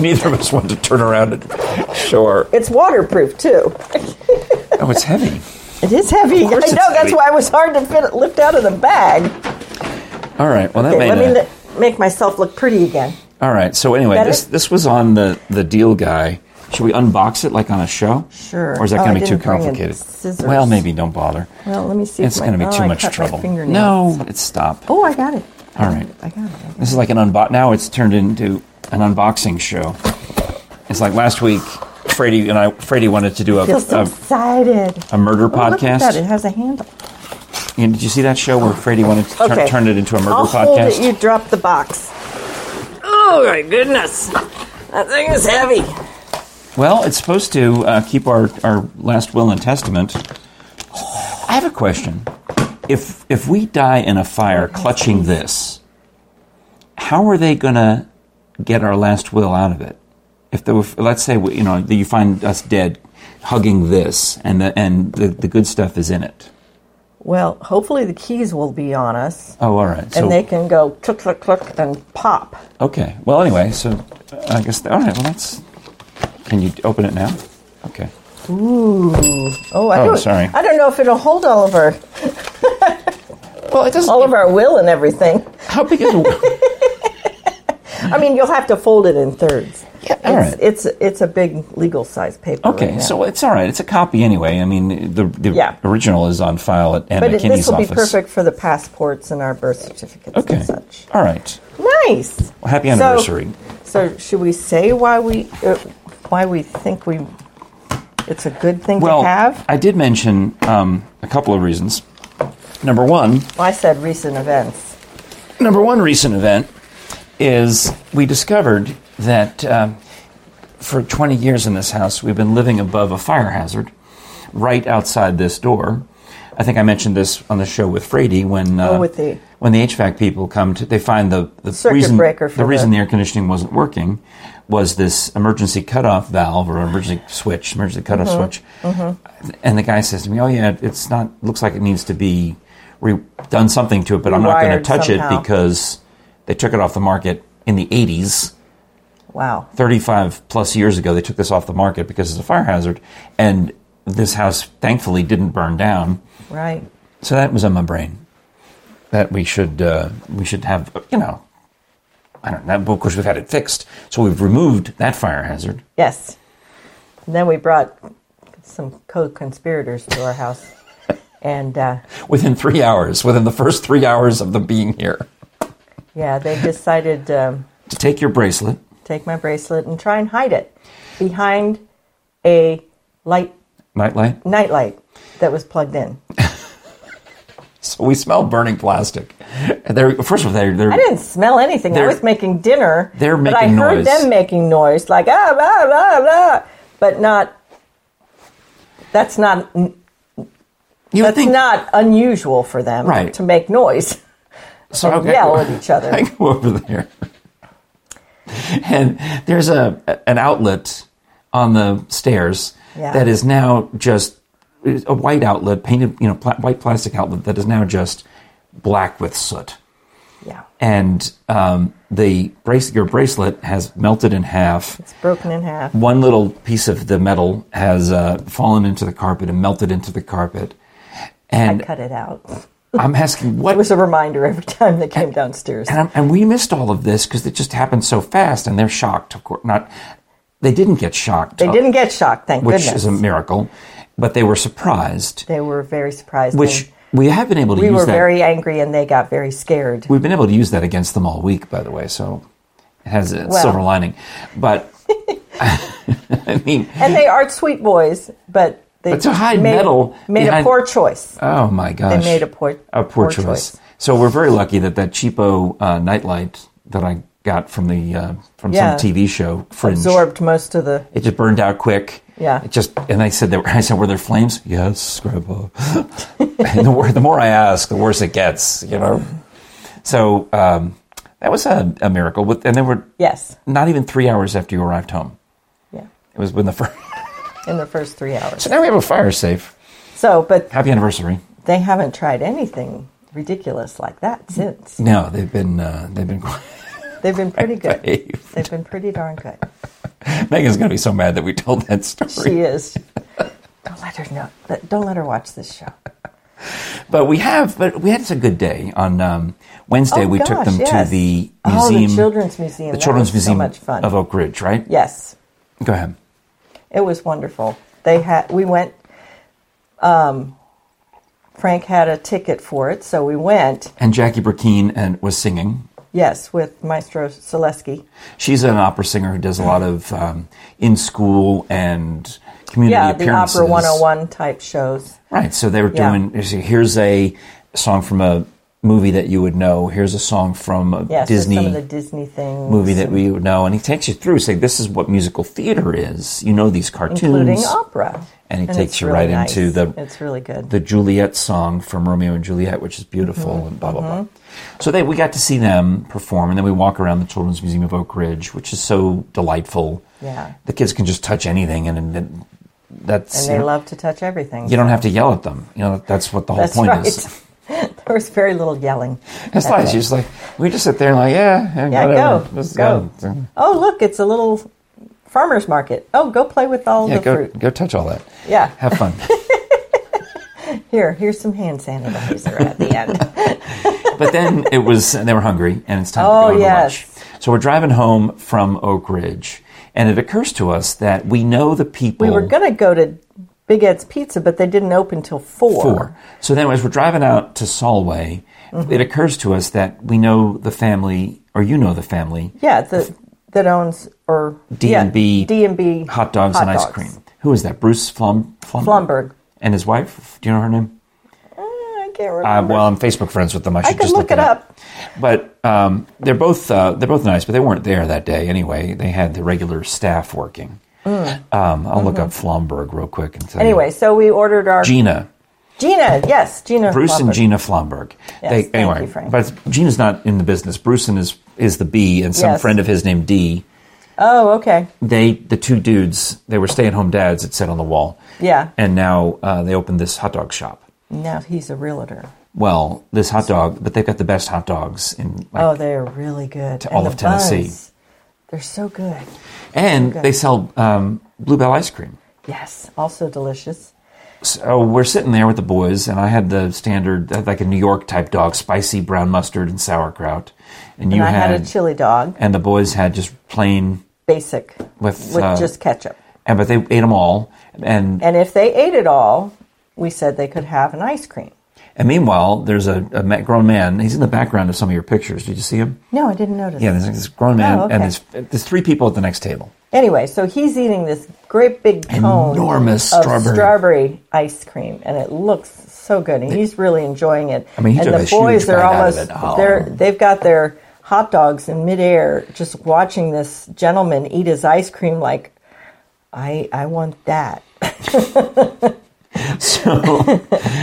Speaker 1: Neither of us want to turn around and show our.
Speaker 2: It's waterproof too.
Speaker 1: Oh, it's heavy.
Speaker 2: It is heavy. *laughs* I know.
Speaker 1: course it's
Speaker 2: That's
Speaker 1: heavy.
Speaker 2: why it was hard to fit it, lift out of the bag.
Speaker 1: All right. Well, that
Speaker 2: Okay,
Speaker 1: made
Speaker 2: let me
Speaker 1: a-
Speaker 2: li- make myself look pretty again.
Speaker 1: All right. So anyway,
Speaker 2: Better?
Speaker 1: this this was on the the deal guy. Should we unbox it like on a show?
Speaker 2: Sure.
Speaker 1: Or is that
Speaker 2: Oh,
Speaker 1: going
Speaker 2: I
Speaker 1: to be too
Speaker 2: didn't bring in
Speaker 1: complicated?
Speaker 2: scissors.
Speaker 1: Well, maybe don't bother.
Speaker 2: Well, let me see.
Speaker 1: It's
Speaker 2: if my-
Speaker 1: going to
Speaker 2: oh,
Speaker 1: be too
Speaker 2: I
Speaker 1: much
Speaker 2: cut my
Speaker 1: trouble.
Speaker 2: fingernail.
Speaker 1: No, it's stop.
Speaker 2: Oh, I got it. I
Speaker 1: All
Speaker 2: got
Speaker 1: right.
Speaker 2: it, I got it. I got it.
Speaker 1: This is like an unbox. Now it's turned into an unboxing show. It's like last week, Frady and I. Frady wanted to do a
Speaker 2: Feel so
Speaker 1: a,
Speaker 2: excited.
Speaker 1: a murder
Speaker 2: Oh, Look at that. It
Speaker 1: podcast.
Speaker 2: has a handle.
Speaker 1: And did you see that show where Frady wanted to turn,
Speaker 2: Okay.
Speaker 1: turn it into a murder
Speaker 2: I'll hold
Speaker 1: podcast?
Speaker 2: it. You drop the box. Oh my goodness, that thing is heavy.
Speaker 1: Well, it's supposed to uh, keep our, our last will and testament. I have a question. If if we die in a fire clutching this, how are they going to get our last will out of it? If there were, let's say we, you know that you find us dead, hugging this, and the and the, the good stuff is in it.
Speaker 2: Well, hopefully the keys will be on us,
Speaker 1: Oh, all right. So
Speaker 2: and they can go click, click, click, and pop.
Speaker 1: okay. Well, anyway, so I guess all right. Well, that's. Can you open it now? Okay.
Speaker 2: Oh, I
Speaker 1: Oh,
Speaker 2: don't.
Speaker 1: sorry.
Speaker 2: I don't know if it'll hold all of our
Speaker 1: Well, it doesn't.
Speaker 2: all of our will and everything.
Speaker 1: How big is it?
Speaker 2: I mean, you'll have to fold it in thirds.
Speaker 1: yeah, all right.
Speaker 2: It's it's, it's a big legal size paper.
Speaker 1: Okay,
Speaker 2: right now.
Speaker 1: so it's all right. It's a copy anyway. I mean, the, the
Speaker 2: Yeah.
Speaker 1: original is on file at Anne
Speaker 2: but it,
Speaker 1: McKinney's
Speaker 2: this will be
Speaker 1: office.
Speaker 2: perfect for the passports and our birth certificates
Speaker 1: Okay.
Speaker 2: and such.
Speaker 1: All right.
Speaker 2: Nice.
Speaker 1: Well, happy
Speaker 2: So-
Speaker 1: anniversary.
Speaker 2: So, should we say why we uh, why we think we it's a good thing
Speaker 1: well,
Speaker 2: to have?
Speaker 1: I did mention um, a couple of reasons. Number one,
Speaker 2: Well, I said recent events.
Speaker 1: number one recent event is we discovered that um, for 20 years in this house we've been living above a fire hazard right outside this door. I think I mentioned this on the show with Frady when uh,
Speaker 2: Oh, with the-
Speaker 1: when the HVAC people come to they find the, the
Speaker 2: Circuit
Speaker 1: reason
Speaker 2: breaker for
Speaker 1: the reason
Speaker 2: the-
Speaker 1: the air conditioning wasn't working was this emergency cutoff valve or emergency switch emergency cutoff
Speaker 2: Mm-hmm.
Speaker 1: switch and the guy says to me oh yeah it's not looks like it needs to be re- done something to it but I'm not going to
Speaker 2: Rewired
Speaker 1: touch it
Speaker 2: somehow.
Speaker 1: because they took it off the market in the 80s
Speaker 2: Wow.
Speaker 1: 35 plus years ago, they took this off the market because it's a fire hazard. And this house thankfully didn't burn down.
Speaker 2: Right.
Speaker 1: So that was on my brain that we should, uh, we should have, you know, I don't know. Of course, we've had it fixed. So we've removed that fire hazard.
Speaker 2: Yes. And then we brought some co-conspirators to our house, and uh,
Speaker 1: Within three hours, within the first three hours of them being here,
Speaker 2: yeah, they decided um,
Speaker 1: to take your bracelet.
Speaker 2: take my bracelet and try and hide it behind a light
Speaker 1: Nightlight.
Speaker 2: nightlight that was plugged in.
Speaker 1: So we smell burning plastic. And They're, first of all, they're, they're
Speaker 2: I didn't smell anything. I
Speaker 1: They're-
Speaker 2: was making dinner.
Speaker 1: they're
Speaker 2: but I
Speaker 1: making
Speaker 2: heard
Speaker 1: noise.
Speaker 2: them making noise, like ah blah blah blah, but not. That's not
Speaker 1: you
Speaker 2: that's not unusual for them
Speaker 1: Right.
Speaker 2: to make noise.
Speaker 1: so
Speaker 2: and
Speaker 1: okay,
Speaker 2: yell
Speaker 1: well-
Speaker 2: at each
Speaker 1: *laughs*
Speaker 2: other.
Speaker 1: I go over there, and there's a an outlet on the stairs
Speaker 2: Yeah.
Speaker 1: that is now just a white outlet, painted, you know, pla- white plastic outlet that is now just black with soot,
Speaker 2: Yeah,
Speaker 1: and um, the brace your bracelet has melted in half.
Speaker 2: it's broken in half.
Speaker 1: One little piece of the metal has uh, fallen into the carpet and melted into the carpet,
Speaker 2: I
Speaker 1: and
Speaker 2: cut it out.
Speaker 1: I'm asking what
Speaker 2: It was a reminder every time they came downstairs.
Speaker 1: and, I'm, and we missed all of this because it just happened so fast, and they're shocked. Of course, not they didn't get shocked,
Speaker 2: They didn't get shocked, thank
Speaker 1: Oh. which
Speaker 2: goodness.
Speaker 1: is a miracle. but they were surprised,
Speaker 2: They were very surprised.
Speaker 1: which
Speaker 2: and
Speaker 1: we have been able to
Speaker 2: we
Speaker 1: use
Speaker 2: were
Speaker 1: that.
Speaker 2: very angry and they got very scared.
Speaker 1: We've been able to use that against them all week, by the way. So it has a silver lining,
Speaker 2: *laughs*
Speaker 1: but *laughs* I mean,
Speaker 2: and they are sweet boys, but they
Speaker 1: But to hide
Speaker 2: made,
Speaker 1: metal
Speaker 2: made
Speaker 1: behind-
Speaker 2: a poor choice.
Speaker 1: oh my gosh,
Speaker 2: made a poor-
Speaker 1: a poor,
Speaker 2: poor
Speaker 1: choice.
Speaker 2: choice.
Speaker 1: So we're very lucky that that cheapo uh, nightlight that I got from the uh, from
Speaker 2: Yeah.
Speaker 1: some TV show Fringe
Speaker 2: Absorbed most of the
Speaker 1: It just burned out quick.
Speaker 2: Yeah.
Speaker 1: It just and I said there I said, Were *laughs* there flames? Yes, grandpa. *laughs* and the, wor- the more I ask, the worse it gets, you know. So um, that was a, a miracle. With, and they were
Speaker 2: yes,
Speaker 1: not even three hours after you arrived home.
Speaker 2: yeah,
Speaker 1: It was when the first
Speaker 2: in the first three
Speaker 1: *laughs*
Speaker 2: hours.
Speaker 1: So now we have a fire safe.
Speaker 2: So, but
Speaker 1: Happy anniversary.
Speaker 2: they haven't tried anything ridiculous like that since.
Speaker 1: No, they've been uh, they've been *laughs* quite
Speaker 2: They've been pretty good.
Speaker 1: brave.
Speaker 2: They've been pretty darn good.
Speaker 1: Megan's gonna be so mad that we told that story.
Speaker 2: She is. Don't let her know. let- Don't let her watch this show.
Speaker 1: But we have, but we had a good day on um, Wednesday.
Speaker 2: Oh,
Speaker 1: we took
Speaker 2: gosh,
Speaker 1: them
Speaker 2: yes.
Speaker 1: to the museum,
Speaker 2: Oh, the Children's Museum.
Speaker 1: the
Speaker 2: That
Speaker 1: Children's
Speaker 2: was so
Speaker 1: Museum
Speaker 2: much fun.
Speaker 1: of Oak Ridge, right?
Speaker 2: Yes,
Speaker 1: Go ahead.
Speaker 2: it was wonderful. They had we went. Um, Frank had a ticket for it, so we went.
Speaker 1: And Jackie Burkeen and was singing.
Speaker 2: Yes, with Maestro Selesky.
Speaker 1: She's an opera singer who does a lot of um, in school and community
Speaker 2: Yeah, the
Speaker 1: appearances.
Speaker 2: Opera 101 type shows.
Speaker 1: Right. So they were
Speaker 2: Yeah.
Speaker 1: doing. Here's a song from a movie that you would know. Here's a song from a
Speaker 2: Yes, there's
Speaker 1: Disney
Speaker 2: some of the Disney things.
Speaker 1: movie that we would know, and he takes you through saying, "This is what musical theater is." You know these cartoons,
Speaker 2: including opera.
Speaker 1: And it takes
Speaker 2: it's
Speaker 1: you
Speaker 2: really
Speaker 1: right into the-
Speaker 2: It's really good.
Speaker 1: the Juliet song from Romeo and Juliet, which is beautiful,
Speaker 2: Mm-hmm.
Speaker 1: and blah blah blah. So they, we got to see them perform, and then we walk around the Children's Museum of Oak Ridge, which is so delightful.
Speaker 2: Yeah.
Speaker 1: the kids can just touch anything, and, and then that's
Speaker 2: and
Speaker 1: you,
Speaker 2: they
Speaker 1: know,
Speaker 2: love to touch everything.
Speaker 1: you don't have to yell at them. You know that's what the whole
Speaker 2: That's
Speaker 1: point
Speaker 2: right.
Speaker 1: is.
Speaker 2: *laughs* there was very little yelling.
Speaker 1: It's
Speaker 2: that
Speaker 1: nice.
Speaker 2: day.
Speaker 1: You just like we just sit there and like yeah,
Speaker 2: Yeah,
Speaker 1: whatever.
Speaker 2: go,
Speaker 1: Let's
Speaker 2: go.
Speaker 1: go.
Speaker 2: Oh, look, it's a little farmer's market. Oh, go play with all
Speaker 1: Yeah,
Speaker 2: the
Speaker 1: go,
Speaker 2: fruit.
Speaker 1: go touch all that.
Speaker 2: Yeah.
Speaker 1: Have fun.
Speaker 2: *laughs* Here, here's some hand sanitizer at the end. *laughs*
Speaker 1: but then it was, and they were hungry, and it's time
Speaker 2: Oh,
Speaker 1: to go to
Speaker 2: yes.
Speaker 1: lunch. So we're driving home from Oak Ridge, and it occurs to us that we know the people.
Speaker 2: we were going to go to Big Ed's Pizza, but they didn't open till 4.
Speaker 1: Four. So then, as we're driving out to Solway,
Speaker 2: Mm-hmm.
Speaker 1: it occurs to us that we know the family, or you know the family,
Speaker 2: Yeah, the, that owns or
Speaker 1: D&B
Speaker 2: yeah, D&B
Speaker 1: hot dogs and ice
Speaker 2: dogs.
Speaker 1: cream. Who is that? Bruce Flum, Flumberg.
Speaker 2: Flumberg.
Speaker 1: And his wife? Do you know her name?
Speaker 2: I can't
Speaker 1: Uh,
Speaker 2: remember.
Speaker 1: well, I'm Facebook friends with them. I should
Speaker 2: could
Speaker 1: just
Speaker 2: look
Speaker 1: look,
Speaker 2: it up.
Speaker 1: But um, they're both uh, they're both nice, but they weren't there that day anyway. They had the regular staff working. Um, I'll look up Flomberg real quick and tell you.
Speaker 2: Mm. Mm-hmm. anyway, so we ordered our
Speaker 1: Gina
Speaker 2: Gina, yes, Gina.
Speaker 1: Bruce and
Speaker 2: Flopper.
Speaker 1: Gina Flomberg.
Speaker 2: Yes,
Speaker 1: they,
Speaker 2: thank
Speaker 1: anyway,
Speaker 2: you, Frank.
Speaker 1: but Gina's not in the business. Bruce is is the B, and some
Speaker 2: Yes.
Speaker 1: friend of his named D.
Speaker 2: Oh, okay.
Speaker 1: They the two dudes they were stay at home dads. It said on the wall.
Speaker 2: Yeah.
Speaker 1: And now uh, they opened this hot dog shop.
Speaker 2: Now he's a realtor.
Speaker 1: Well, this hot dog, but they've got the best hot dogs in like
Speaker 2: Oh, they are really good. And
Speaker 1: all
Speaker 2: the
Speaker 1: of Tennessee.
Speaker 2: buns, they're so good.
Speaker 1: And they sell um, bluebell ice cream.
Speaker 2: Yes, also delicious.
Speaker 1: So Oh, we're sitting there with the boys, and I had the standard, uh, like a New York type dog, spicy brown mustard and sauerkraut. And you
Speaker 2: and I
Speaker 1: had,
Speaker 2: had, a chili dog,
Speaker 1: and the boys had just plain
Speaker 2: basic,
Speaker 1: with,
Speaker 2: with
Speaker 1: uh,
Speaker 2: just ketchup.
Speaker 1: and but they ate them all. And
Speaker 2: And if they ate it all, we said they could have an ice cream.
Speaker 1: and meanwhile, there's a, a ma- grown man. He's in the background of some of your pictures. Did you see him?
Speaker 2: No, I didn't notice.
Speaker 1: Yeah, there's this grown man,
Speaker 2: Oh, okay.
Speaker 1: and there's, there's three people at the next table. *laughs*
Speaker 2: Anyway, so he's eating this great big cone
Speaker 1: Enormous
Speaker 2: of
Speaker 1: strawberry.
Speaker 2: strawberry ice cream, and it looks so good. And he's really enjoying it. I
Speaker 1: mean, he
Speaker 2: and
Speaker 1: took a
Speaker 2: the
Speaker 1: huge
Speaker 2: boys are
Speaker 1: bite out of
Speaker 2: almost
Speaker 1: it. Oh.
Speaker 2: they're they've got their hot dogs in midair, just watching this gentleman eat his ice cream. Like, I I want that.
Speaker 1: So,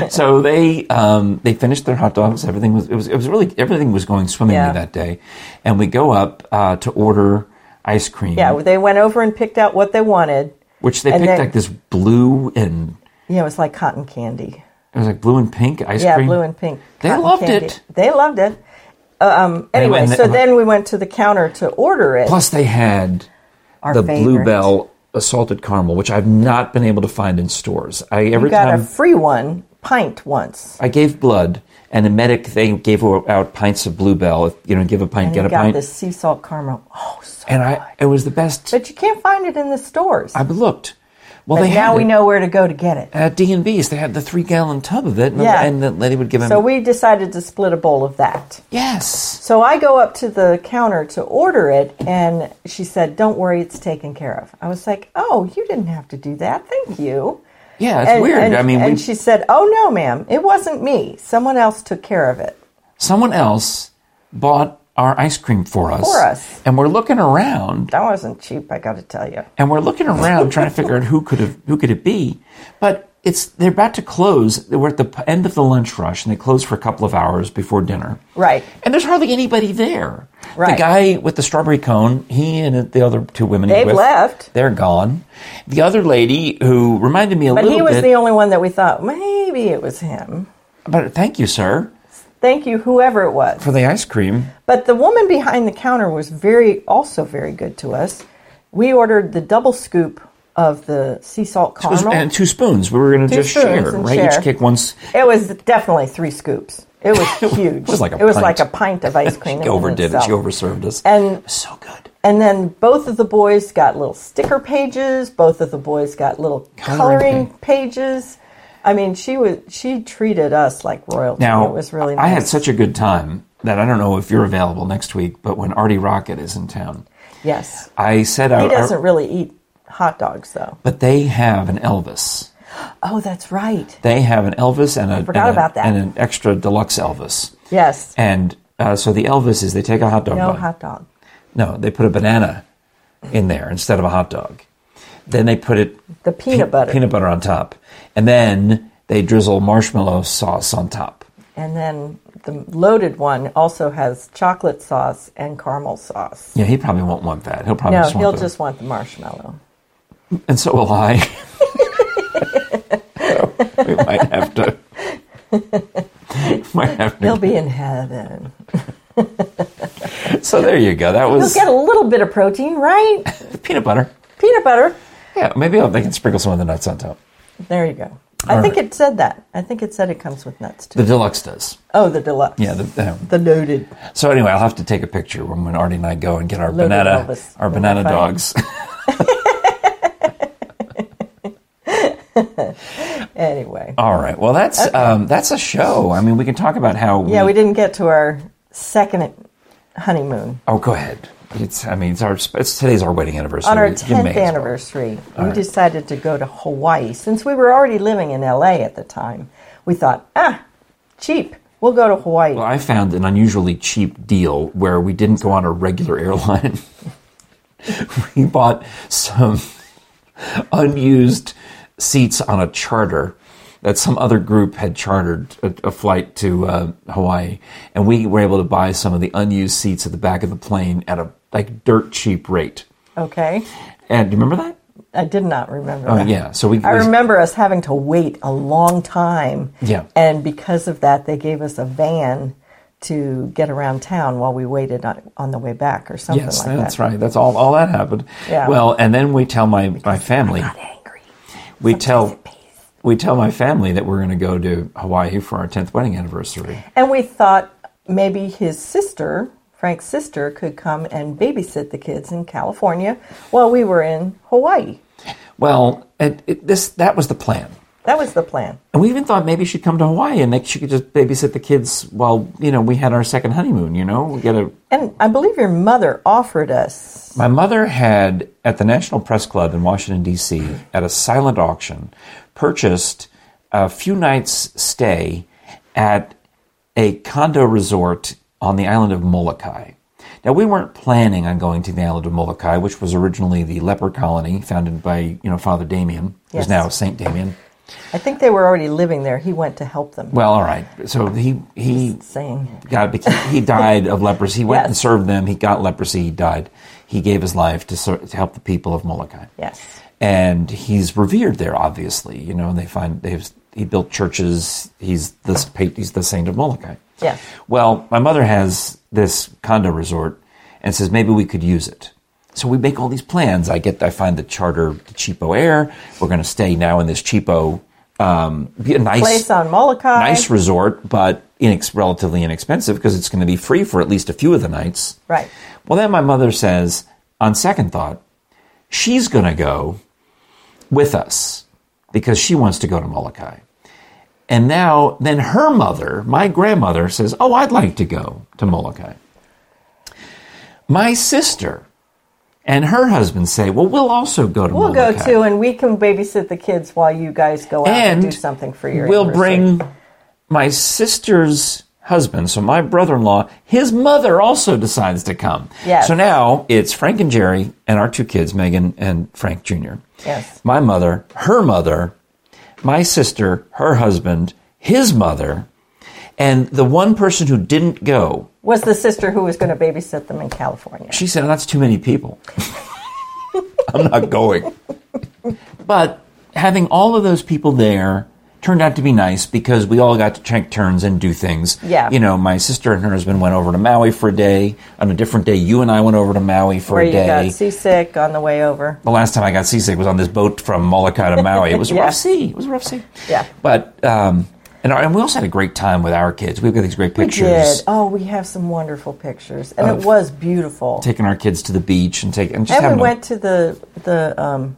Speaker 1: so they um, they finished their hot dogs. Everything was it was it was really everything was going swimmingly
Speaker 2: Yeah.
Speaker 1: that day, and we go up uh, to order ice cream.
Speaker 2: Yeah, well, they went over and picked out what they wanted.
Speaker 1: which they
Speaker 2: and
Speaker 1: picked
Speaker 2: then-
Speaker 1: like this blue and
Speaker 2: You know, it's like cotton candy.
Speaker 1: it was like blue and pink ice
Speaker 2: Yeah,
Speaker 1: cream.
Speaker 2: blue and pink.
Speaker 1: They
Speaker 2: cotton
Speaker 1: loved
Speaker 2: candy.
Speaker 1: it.
Speaker 2: They loved it. Uh, um, anyway,
Speaker 1: went-
Speaker 2: so then we went to the counter to order it.
Speaker 1: Plus, they had
Speaker 2: Our
Speaker 1: the
Speaker 2: favorite.
Speaker 1: bluebell assaulted caramel, which I've not been able to find in stores. I every
Speaker 2: We got
Speaker 1: time
Speaker 2: a free one pint once.
Speaker 1: I gave blood. And a medic, they gave out pints of bluebell. If, you know, give a pint,
Speaker 2: And
Speaker 1: get
Speaker 2: we
Speaker 1: a
Speaker 2: got
Speaker 1: pint.
Speaker 2: this sea salt caramel. Oh, so
Speaker 1: and I, it was the best.
Speaker 2: but you can't find it in the stores.
Speaker 1: I looked. Well,
Speaker 2: but
Speaker 1: they
Speaker 2: now
Speaker 1: had
Speaker 2: we
Speaker 1: it.
Speaker 2: know where to go to get it.
Speaker 1: At D and B's, they had the three gallon tub of it, and,
Speaker 2: Yeah.
Speaker 1: the, and the lady would give him.
Speaker 2: So we decided to split a bowl of that.
Speaker 1: yes.
Speaker 2: So I go up to the counter to order it, and she said, Don't worry, it's taken care of. I was like, Oh, you didn't have to do that. Thank you.
Speaker 1: Yeah, it's weird.
Speaker 2: and-
Speaker 1: I mean,
Speaker 2: and
Speaker 1: we,
Speaker 2: she said, Oh, no, ma'am, it wasn't me. Someone else took care of it.
Speaker 1: someone else bought our ice cream for us.
Speaker 2: For us.
Speaker 1: And we're looking around,
Speaker 2: That wasn't cheap, I got to tell you.
Speaker 1: and we're looking around *laughs* trying to figure out who could have who could it be. But it's they're about to close. We're at the p- end of the lunch rush, and they close for a couple of hours before dinner.
Speaker 2: Right.
Speaker 1: And there's hardly anybody there. The
Speaker 2: Right.
Speaker 1: guy with the strawberry cone, he and the other two women he
Speaker 2: They've
Speaker 1: was with,
Speaker 2: left.
Speaker 1: They're gone. The other lady who reminded me a
Speaker 2: But
Speaker 1: little
Speaker 2: he was
Speaker 1: bit.
Speaker 2: the only one that we thought maybe it was him.
Speaker 1: but thank you, sir,
Speaker 2: Thank you, whoever it was.
Speaker 1: for the ice cream.
Speaker 2: But the woman behind the counter was very, also very good to us. We ordered the double scoop of the sea salt
Speaker 1: It was-
Speaker 2: caramel.
Speaker 1: and two spoons. We were going to just
Speaker 2: spoons
Speaker 1: share,
Speaker 2: and
Speaker 1: right?
Speaker 2: share.
Speaker 1: Each kick one. s-
Speaker 2: It was definitely three scoops.
Speaker 1: *laughs*
Speaker 2: It was huge. it
Speaker 1: was like a
Speaker 2: was
Speaker 1: pint.
Speaker 2: like a pint of ice cream.
Speaker 1: *laughs* She
Speaker 2: in
Speaker 1: overdid it.
Speaker 2: itself.
Speaker 1: She overserved us.
Speaker 2: And-
Speaker 1: it was so good.
Speaker 2: And then both of the boys got little sticker pages. Both of the boys got little
Speaker 1: Coloring
Speaker 2: coloring, pages. I mean, she was she treated us like royalty.
Speaker 1: Now
Speaker 2: it was really.
Speaker 1: I
Speaker 2: Nice.
Speaker 1: had such a good time that I don't know if you're available next week, but when Artie Rocket is in town,
Speaker 2: yes.
Speaker 1: I said I.
Speaker 2: He
Speaker 1: I-
Speaker 2: doesn't really eat hot dogs though.
Speaker 1: but they have an Elvis.
Speaker 2: Oh, that's right.
Speaker 1: They have an Elvis and a
Speaker 2: forgot
Speaker 1: and a-
Speaker 2: about that.
Speaker 1: and an extra deluxe Elvis.
Speaker 2: Yes.
Speaker 1: And uh, so the Elvis is they take a hot dog.
Speaker 2: No
Speaker 1: bun.
Speaker 2: hot dog.
Speaker 1: No, they put a banana in there instead of a hot dog. Then they put it
Speaker 2: The peanut butter.
Speaker 1: peanut butter on top, and then they drizzle marshmallow sauce on top.
Speaker 2: And then the loaded one also has chocolate sauce and caramel sauce.
Speaker 1: Yeah, he probably won't want that. He'll probably
Speaker 2: No,
Speaker 1: just want
Speaker 2: he'll
Speaker 1: the-
Speaker 2: just want the marshmallow.
Speaker 1: and so will I. *laughs* So we might have to. might have to.
Speaker 2: He'll be in heaven.
Speaker 1: So there you go. That
Speaker 2: He'll
Speaker 1: was
Speaker 2: get a little bit of
Speaker 1: *laughs*
Speaker 2: protein, right?
Speaker 1: peanut butter.
Speaker 2: Peanut butter.
Speaker 1: Yeah, maybe I'll, they can sprinkle some of the nuts on top.
Speaker 2: There you go. I
Speaker 1: All
Speaker 2: think
Speaker 1: right.
Speaker 2: it said that. I think it said it comes with nuts too.
Speaker 1: The deluxe does.
Speaker 2: oh, the deluxe.
Speaker 1: Yeah, the, um,
Speaker 2: The loaded.
Speaker 1: So anyway, I'll have to take a picture when, when Artie and I go and get our
Speaker 2: Loaded
Speaker 1: banana,
Speaker 2: Elvis.
Speaker 1: our
Speaker 2: Isn't
Speaker 1: banana
Speaker 2: that funny?
Speaker 1: dogs.
Speaker 2: Anyway.
Speaker 1: All right. Well, that's um, that's a show. I mean, we can talk about how.
Speaker 2: yeah, we didn't get to our second honeymoon.
Speaker 1: Oh, go ahead. It's. I mean, it's our. It's today's our wedding anniversary.
Speaker 2: On our
Speaker 1: You
Speaker 2: 10th
Speaker 1: may as well.
Speaker 2: anniversary, we decided to go to Hawaii. Since we were already living in LA at the time, we thought, ah, cheap. We'll go to Hawaii.
Speaker 1: Well, I found an unusually cheap deal where we didn't go on a regular airline. *laughs* we bought some unused seats on a charter that some other group had chartered a, a flight to uh, Hawaii, and we were able to buy some of the unused seats at the back of the plane at a like dirt cheap rate.
Speaker 2: okay.
Speaker 1: And do you remember that?
Speaker 2: I did not remember.
Speaker 1: Oh
Speaker 2: that.
Speaker 1: yeah. So we.
Speaker 2: I
Speaker 1: we-
Speaker 2: remember us having to wait a long time.
Speaker 1: Yeah.
Speaker 2: And because of that, they gave us a van to get around town while we waited on, on the way back or something
Speaker 1: Yes,
Speaker 2: like
Speaker 1: that's
Speaker 2: that.
Speaker 1: right. That's all. All that happened.
Speaker 2: Yeah.
Speaker 1: Well, and then we tell my my family.
Speaker 2: Not angry.
Speaker 1: we tell we tell my family that we're going to go to Hawaii for our 10th wedding anniversary.
Speaker 2: And we thought maybe his sister, Frank's sister, could come and babysit the kids in California while we were in Hawaii.
Speaker 1: Well, and it, this that was the plan.
Speaker 2: That was the plan.
Speaker 1: And we even thought maybe she'd come to Hawaii and that she could just babysit the kids while, you know, we had our second honeymoon, you know? We get a
Speaker 2: And I believe your mother offered us.
Speaker 1: My mother had at the National Press Club in Washington D.C. at a silent auction purchased a few nights stay at a condo resort on the island of Molokai. Now we weren't planning on going to the island of Molokai, which was originally the leper colony founded by, you know, Father Damien, who's
Speaker 2: Yes.
Speaker 1: now Saint Damien.
Speaker 2: I think they were already living there. He went to help them.
Speaker 1: Well, all right. So he he
Speaker 2: Saying,
Speaker 1: God, beca-
Speaker 2: *laughs*
Speaker 1: he died of leprosy. He went and
Speaker 2: Yes.
Speaker 1: served them. He got leprosy. He died. He gave his life to, ser- to help the people of Molokai.
Speaker 2: yes.
Speaker 1: And he's revered there, obviously. You know, and they find they've he built churches. He's the s- pa- he's the saint of Molokai.
Speaker 2: Yes.
Speaker 1: Well, my mother has this condo resort and says maybe we could use it. So we make all these plans. I get I find the charter the cheapo air. We're going to stay now in this cheapo, um, be a nice
Speaker 2: Place on Molokai.
Speaker 1: nice resort, but inex- relatively inexpensive because it's going to be free for at least a few of the nights.
Speaker 2: Right.
Speaker 1: Well, then my mother says, on second thought, she's going to go with us because she wants to go to Molokai. And now, then her mother, my grandmother, says, Oh, I'd like to go to Molokai. My sister and her husband say, Well, we'll also go to
Speaker 2: We'll
Speaker 1: Molokai.
Speaker 2: go too, and we can babysit the kids while you guys go out and, do something for your.
Speaker 1: We'll
Speaker 2: anniversary.
Speaker 1: bring my sister's husband, so my brother-in-law, his mother also decides to come.
Speaker 2: Yes.
Speaker 1: So now it's Frank and Jerry and our two kids, Megan and Frank Jr.
Speaker 2: Yes.
Speaker 1: My mother, her mother, my sister, her husband, his mother, and the one person who didn't go,
Speaker 2: Was the sister who was going to babysit them in California?
Speaker 1: she said, "Oh, "That's too many people. *laughs* I'm not going." but having all of those people there turned out to be nice because we all got to take turns and do things.
Speaker 2: Yeah.
Speaker 1: You know, my sister and her husband went over to Maui for a day. On a different day, you and I went over to Maui for
Speaker 2: Where
Speaker 1: a
Speaker 2: you
Speaker 1: day.
Speaker 2: got seasick on the way over.
Speaker 1: the last time I got seasick was on this boat from Molokai to Maui.
Speaker 2: *laughs*
Speaker 1: It was a
Speaker 2: Yeah.
Speaker 1: rough sea. It was a rough sea.
Speaker 2: Yeah.
Speaker 1: But um, and, our, and we also had a great time with our kids. We've got these great
Speaker 2: We
Speaker 1: pictures.
Speaker 2: did. Oh, we have some wonderful pictures, and it was beautiful.
Speaker 1: Taking our kids to the beach and take and just
Speaker 2: And
Speaker 1: having
Speaker 2: we
Speaker 1: a-
Speaker 2: went to the the um,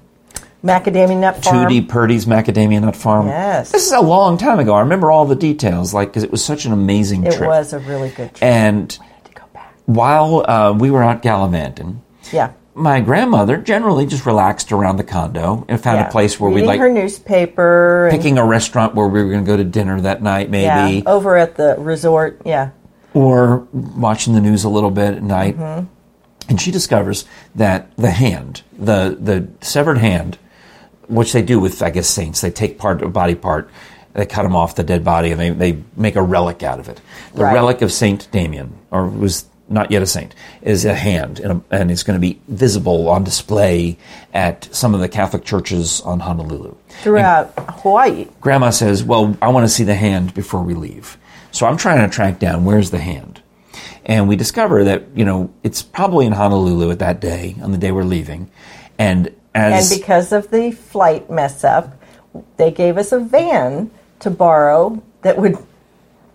Speaker 2: macadamia nut farm.
Speaker 1: Tootie Purdy's Macadamia Nut Farm.
Speaker 2: Yes.
Speaker 1: This is a long time ago. I remember all the details, like, because it was such an amazing
Speaker 2: It
Speaker 1: trip.
Speaker 2: was a really good trip.
Speaker 1: And
Speaker 2: to go back.
Speaker 1: while uh, we were out gallivanting,
Speaker 2: Yeah.
Speaker 1: my grandmother generally just relaxed around the condo and found
Speaker 2: yeah.
Speaker 1: a place where we'd
Speaker 2: Reading
Speaker 1: like
Speaker 2: her newspaper. and-
Speaker 1: picking a restaurant where we were going to go to dinner that night,
Speaker 2: yeah,
Speaker 1: maybe,
Speaker 2: over at the resort. Yeah.
Speaker 1: or watching the news a little bit at night. And she discovers that the hand, the the severed hand, which they do with I guess saints, they take part a body part, they cut them off the dead body, and they, they make a relic out of it. The
Speaker 2: Right.
Speaker 1: relic of Saint Damien, or was not yet a saint, is a hand, and, a, and it's going to be visible on display at some of the Catholic churches on Honolulu.
Speaker 2: Throughout Hawaii.
Speaker 1: Grandma says, Well, I want to see the hand before we leave. So I'm trying to track down where's the hand. And we discover that, you know, it's probably in Honolulu at that day, on the day we're leaving. And
Speaker 2: And
Speaker 1: as
Speaker 2: because of the flight mess up, they gave us a van to borrow that would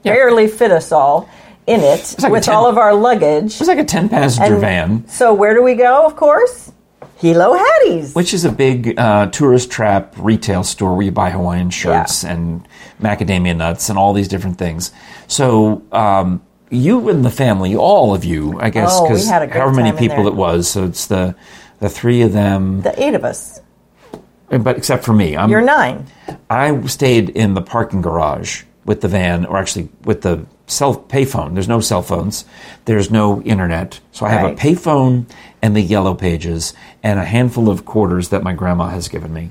Speaker 2: barely fit us all in it
Speaker 1: like a
Speaker 2: with
Speaker 1: ten-
Speaker 2: all of our luggage.
Speaker 1: it's like a 10 passenger van,
Speaker 2: So where do we go, of course? Hilo Hattie's.
Speaker 1: which is a big uh, tourist trap retail store where you buy Hawaiian shirts and macadamia nuts and all these different things. So, um, you and the family, all of you, I guess,
Speaker 2: Oh, we
Speaker 1: because
Speaker 2: had a great
Speaker 1: however many
Speaker 2: time in
Speaker 1: people
Speaker 2: there.
Speaker 1: it was, so it's the the three of them,
Speaker 2: the eight of us.
Speaker 1: but except for me, I'm
Speaker 2: You're nine.
Speaker 1: I stayed in the parking garage with the van, or actually with the cell payphone. There's no cell phones. There's no internet. So I have
Speaker 2: Right.
Speaker 1: a payphone and the yellow pages and a handful of quarters that my grandma has given me.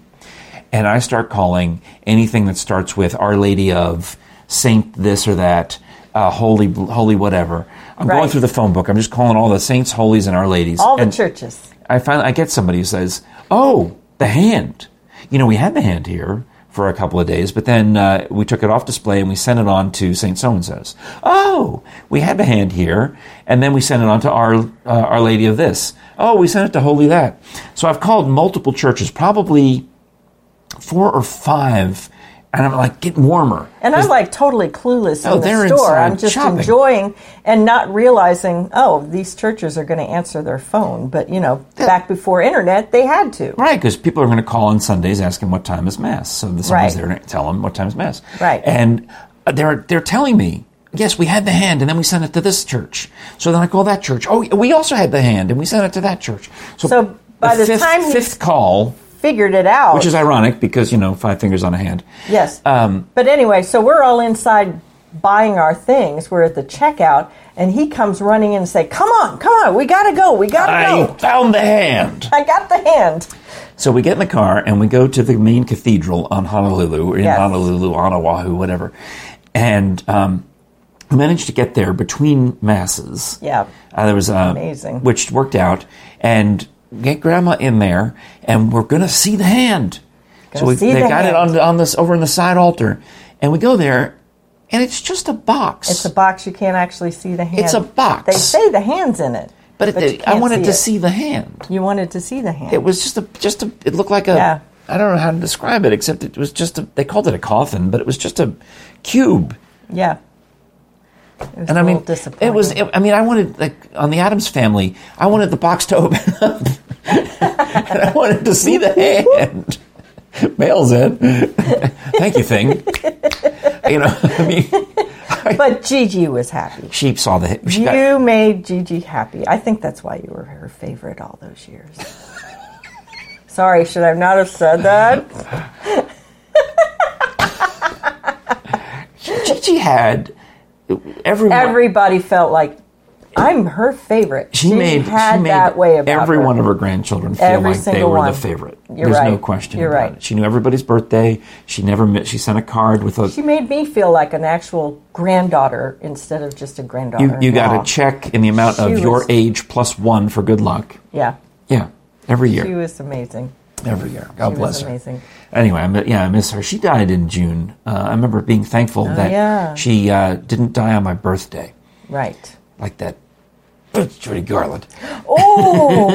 Speaker 1: And I start calling anything that starts with Our Lady of Saint this or that, uh, holy holy whatever. I'm going
Speaker 2: Right.
Speaker 1: through the phone book. I'm just calling all the saints, holies, and Our Ladies.
Speaker 2: All the
Speaker 1: And-
Speaker 2: churches.
Speaker 1: I finally I get somebody who says, "Oh, the hand." You know, we had the hand here for a couple of days, but then uh, we took it off display and we sent it on to Saint So and So's. Oh, we had the hand here, and then we sent it on to our uh, Our Lady of this. Oh, we sent it to Holy that. So I've called multiple churches, probably four or five, and I'm like getting warmer.
Speaker 2: And I'm like totally clueless
Speaker 1: Oh,
Speaker 2: in
Speaker 1: they're
Speaker 2: the store.
Speaker 1: inside
Speaker 2: I'm just
Speaker 1: shopping.
Speaker 2: enjoying and not realizing, oh, these churches are going to answer their phone. But, you know, back before internet, they had to.
Speaker 1: Right, because people are going to call on Sundays asking what time is mass. So the Sundays
Speaker 2: Right.
Speaker 1: they're going to tell them what time is mass.
Speaker 2: Right.
Speaker 1: and uh, they're they're telling me. Yes, we had the hand, and then we sent it to this church. So then I call that church. Oh, we also had the hand, and we sent it to that church.
Speaker 2: So by the
Speaker 1: fifth,
Speaker 2: time he-
Speaker 1: fifth call,
Speaker 2: Figured it out.
Speaker 1: which is ironic because you know five fingers on a hand.
Speaker 2: Yes.
Speaker 1: Um,
Speaker 2: but anyway, so we're all inside buying our things. We're at the checkout, and he comes running in and say, "Come on, come on, we gotta go, we gotta
Speaker 1: I
Speaker 2: go."
Speaker 1: found the hand.
Speaker 2: I got the hand.
Speaker 1: So we get in the car and we go to the main cathedral on Honolulu, or in
Speaker 2: Yes.
Speaker 1: Honolulu, on Oahu, whatever, and um, we managed to get there between masses.
Speaker 2: Yeah.
Speaker 1: uh, there was uh,
Speaker 2: Amazing.
Speaker 1: which worked out, and get Grandma in there, and we're gonna see the hand. so we,
Speaker 2: see
Speaker 1: they
Speaker 2: the
Speaker 1: got it
Speaker 2: hand.
Speaker 1: on the- on this over in the side altar, and we go there, and it's just a box.
Speaker 2: It's a box. You can't actually see the hand.
Speaker 1: It's a box.
Speaker 2: They say the hand's in it,
Speaker 1: but it,
Speaker 2: you
Speaker 1: I
Speaker 2: can't
Speaker 1: wanted
Speaker 2: see
Speaker 1: to
Speaker 2: it.
Speaker 1: see the hand.
Speaker 2: You wanted to see the hand.
Speaker 1: it was just a just a it looked like a
Speaker 2: Yeah.
Speaker 1: I don't know how to describe it except it was just a they called it a coffin but it was just a cube
Speaker 2: yeah. It was
Speaker 1: and
Speaker 2: a
Speaker 1: I mean
Speaker 2: little disappointing.
Speaker 1: it was it, I mean I wanted like on the Adams family *laughs* I wanted the box to open up and I wanted to see the hand mail's in. Thank you, thing. you know, *laughs* I mean,
Speaker 2: But Gigi was happy.
Speaker 1: she saw the hit. She
Speaker 2: You
Speaker 1: got-
Speaker 2: made Gigi happy. I think that's why you were her favorite all
Speaker 1: *laughs*
Speaker 2: those years. Sorry, should I not have said that?
Speaker 1: Gigi had everyone.
Speaker 2: Everybody felt like I'm her favorite.
Speaker 1: she, made,
Speaker 2: had
Speaker 1: she made
Speaker 2: that way about
Speaker 1: every
Speaker 2: her.
Speaker 1: one of her grandchildren feel
Speaker 2: Every
Speaker 1: like they
Speaker 2: single
Speaker 1: were
Speaker 2: one.
Speaker 1: the favorite.
Speaker 2: You're
Speaker 1: There's no
Speaker 2: right.
Speaker 1: question
Speaker 2: You're
Speaker 1: about
Speaker 2: right.
Speaker 1: it. She knew everybody's birthday. She never mi She sent a card with a.
Speaker 2: She made me feel like an actual granddaughter instead of just a granddaughter.
Speaker 1: you you got a check in the amount of
Speaker 2: She
Speaker 1: your
Speaker 2: was-
Speaker 1: age plus one for good luck.
Speaker 2: Yeah,
Speaker 1: Yeah, every year.
Speaker 2: she was amazing.
Speaker 1: every year. God
Speaker 2: She
Speaker 1: bless
Speaker 2: was
Speaker 1: her.
Speaker 2: amazing.
Speaker 1: Anyway, I, mi- yeah, I miss her. She died in June. Uh, I remember being thankful that
Speaker 2: Oh, yeah.
Speaker 1: she uh, didn't die on my birthday,
Speaker 2: Right.
Speaker 1: like that. Judy Garland. *laughs*
Speaker 2: Oh,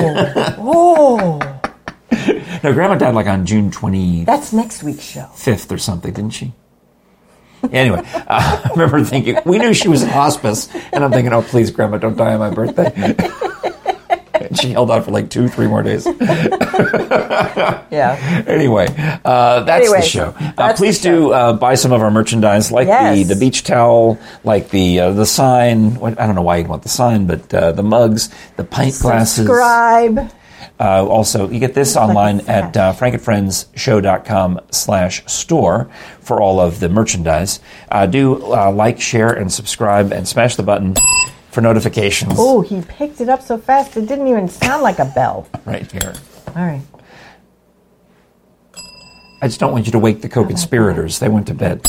Speaker 1: No, Grandma died like on June twenty
Speaker 2: that's next week's show.
Speaker 1: fifth or something, didn't she? Anyway, uh, *laughs* I remember thinking we knew she was in hospice, and I'm thinking, oh please, Grandma, don't die on my birthday. and she held out for like two, three more days.
Speaker 2: Yeah.
Speaker 1: anyway, uh, that's
Speaker 2: Anyway,
Speaker 1: the show. Uh,
Speaker 2: that's
Speaker 1: please
Speaker 2: the
Speaker 1: do uh, buy some of our merchandise, like
Speaker 2: Yes.
Speaker 1: the, the beach towel, like the uh, the sign. What- I don't know why you'd want the sign, but uh, the mugs, the pint glasses.
Speaker 2: Subscribe.
Speaker 1: Uh, also, you get this online at uh, frankandfriendsshow.com slash store for all of the merchandise. Uh, do uh, like, share, and subscribe, and smash the button for notifications
Speaker 2: Oh, he picked it up so fast it didn't even sound like a bell.
Speaker 1: right here.
Speaker 2: All right.
Speaker 1: I just don't want you to wake the co-conspirators. They went to bed.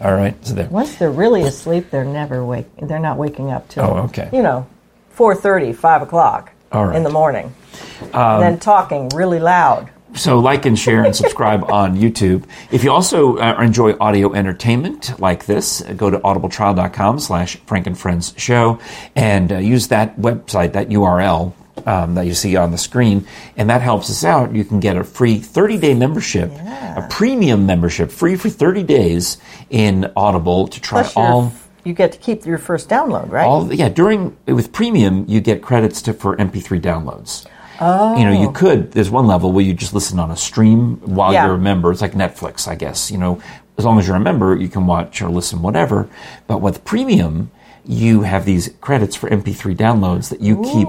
Speaker 1: All right, so there.
Speaker 2: Once they're really asleep, they're never wake. They're not waking up till
Speaker 1: Oh, okay.
Speaker 2: You know, four thirty, five o'clock
Speaker 1: All right. Um,
Speaker 2: in the morning, and then talking really loud.
Speaker 1: So, like and share and subscribe *laughs* on YouTube. If you also uh, enjoy audio entertainment like this, uh, go to audibletrial.com slash Frank and Friends Show and uh, use that website, that URL um, that you see on the screen, and that helps us out. You can get a free 30-day membership, a premium membership, free for 30 days in Audible to try
Speaker 2: Plus,
Speaker 1: all...
Speaker 2: you're, you get to keep your first download, right?
Speaker 1: All yeah, during with premium, you get credits to for MP3 downloads. Oh. You know, you could. There's one level where you just listen on a stream while
Speaker 2: Yeah.
Speaker 1: you're a member. It's like Netflix, I guess. You know, as long as you're a member, you can watch or listen whatever. But with premium, you have these credits for MP3 downloads that you keep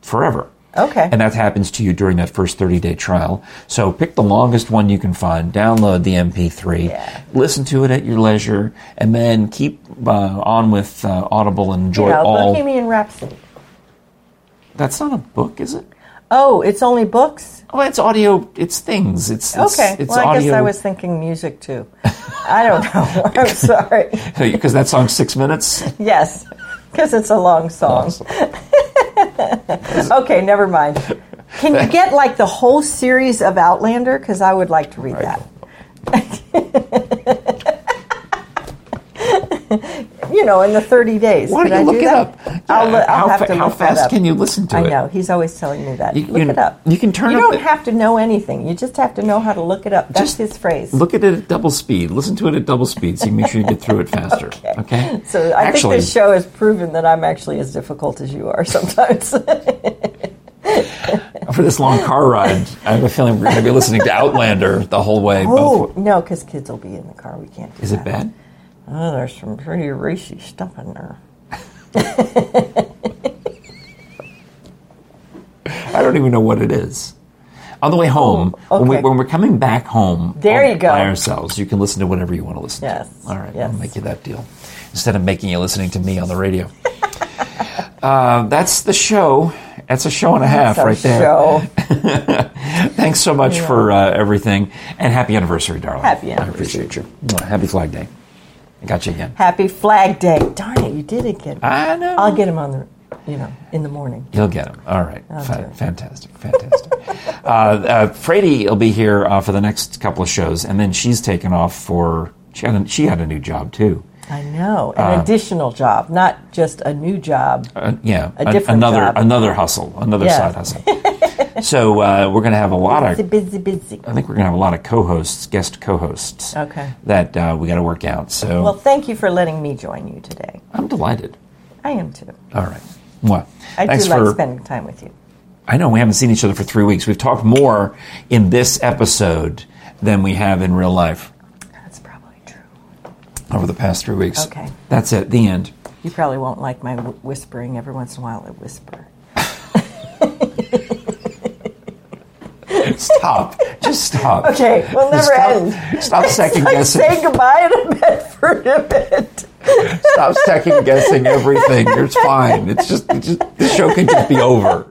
Speaker 1: forever.
Speaker 2: Okay.
Speaker 1: And that happens to you during that first 30 day trial. So pick the longest one you can find, download the MP3,
Speaker 2: Yeah.
Speaker 1: listen to it at your leisure, and then keep uh, on with uh, Audible and enjoy
Speaker 2: you know,
Speaker 1: all.
Speaker 2: Bohemian Rhapsody.
Speaker 1: That's not a book, is it?
Speaker 2: Oh, it's only books.
Speaker 1: Well, it's audio, it's things. It's, it's
Speaker 2: Okay.
Speaker 1: it's
Speaker 2: well, I
Speaker 1: audio.
Speaker 2: guess
Speaker 1: *laughs*
Speaker 2: I was thinking music too. I don't know. *laughs* I'm sorry.
Speaker 1: Because that song's six
Speaker 2: *laughs*
Speaker 1: minutes.
Speaker 2: Yes, because it's a long song. *laughs* Okay, never mind. Can you get like the whole series of Outlander? Because I would like to read that. *laughs* you know, in the 30 days.
Speaker 1: Why
Speaker 2: Could
Speaker 1: don't you
Speaker 2: I
Speaker 1: look
Speaker 2: do
Speaker 1: it
Speaker 2: that?
Speaker 1: up?
Speaker 2: I'll,
Speaker 1: Yeah,
Speaker 2: look- I'll
Speaker 1: how
Speaker 2: have
Speaker 1: fa-
Speaker 2: to
Speaker 1: how
Speaker 2: look that
Speaker 1: fast
Speaker 2: up.
Speaker 1: can you listen to
Speaker 2: I
Speaker 1: it?
Speaker 2: know. He's always telling me that.
Speaker 1: You-
Speaker 2: look
Speaker 1: you-
Speaker 2: it up.
Speaker 1: you can turn
Speaker 2: You
Speaker 1: up
Speaker 2: don't
Speaker 1: the-
Speaker 2: have to know anything. You just have to know how to look it up. That's
Speaker 1: Just
Speaker 2: his phrase.
Speaker 1: Look at it at double speed. Listen to it at double speed so you make sure you get through
Speaker 2: *laughs*
Speaker 1: it faster. okay.
Speaker 2: So I
Speaker 1: Actually,
Speaker 2: think this show has proven that I'm actually as difficult as you are sometimes. *laughs*
Speaker 1: for this long car ride, I have a feeling we're going to be listening to Outlander the whole way.
Speaker 2: oh,
Speaker 1: both-
Speaker 2: no, because kids will be in the car. We can't do
Speaker 1: Is
Speaker 2: that.
Speaker 1: it bad?
Speaker 2: Oh, there's some pretty racy stuff in there.
Speaker 1: I don't even know what it is. On the way home,
Speaker 2: Oh,
Speaker 1: when, we,
Speaker 2: okay.
Speaker 1: when we're coming back home
Speaker 2: There
Speaker 1: all
Speaker 2: you go.
Speaker 1: by ourselves, you can listen to whatever you want to listen
Speaker 2: Yes,
Speaker 1: to. All right,
Speaker 2: yes.
Speaker 1: I'll make you that deal instead of making you listening to me on the radio. *laughs* uh, that's the show. That's a show and a half
Speaker 2: So
Speaker 1: right there.
Speaker 2: show.
Speaker 1: Thanks so much for uh, everything, and happy anniversary, darling.
Speaker 2: Happy
Speaker 1: I appreciate you. Mwah. Happy Flag Day. I got you again.
Speaker 2: Happy Flag Day. Darn it, you did it again.
Speaker 1: I know.
Speaker 2: I'll get him on the, you know, in the morning.
Speaker 1: He'll get him. All right.
Speaker 2: I'll
Speaker 1: Fa-
Speaker 2: do it.
Speaker 1: fantastic. Fantastic. *laughs* uh, uh, Frady will be here uh, for the next couple of shows, and then she's taken off for. She had a, she had a new job, too.
Speaker 2: I know. An additional job, not just a new job.
Speaker 1: Uh, yeah.
Speaker 2: A different
Speaker 1: another,
Speaker 2: job.
Speaker 1: Another hustle, another
Speaker 2: Yeah.
Speaker 1: side hustle. *laughs* so uh, we're going to have a lot
Speaker 2: Busy, *laughs*
Speaker 1: of.
Speaker 2: busy, busy.
Speaker 1: I think we're going to have a lot of co hosts, guest co hosts.
Speaker 2: Okay.
Speaker 1: That uh, we got to work out. So
Speaker 2: Well, thank you for letting me join you today.
Speaker 1: I'm delighted.
Speaker 2: I am too.
Speaker 1: All right. Mwah.
Speaker 2: I
Speaker 1: Thanks
Speaker 2: do like
Speaker 1: for
Speaker 2: spending time with you.
Speaker 1: I know we haven't seen each other for three weeks. We've talked more in this episode than we have in real life
Speaker 2: That's probably true.
Speaker 1: over the past three weeks.
Speaker 2: Okay.
Speaker 1: That's it, the end.
Speaker 2: You probably won't like my wh- whispering every once in a while. I whisper.
Speaker 1: Stop. Just stop.
Speaker 2: Okay, we'll never
Speaker 1: stop,
Speaker 2: end.
Speaker 1: Stop second
Speaker 2: Like
Speaker 1: guessing. *laughs*
Speaker 2: say goodbye to Bedford a bit.
Speaker 1: Stop second guessing everything. It's fine. It's just, it's just the show can just be over.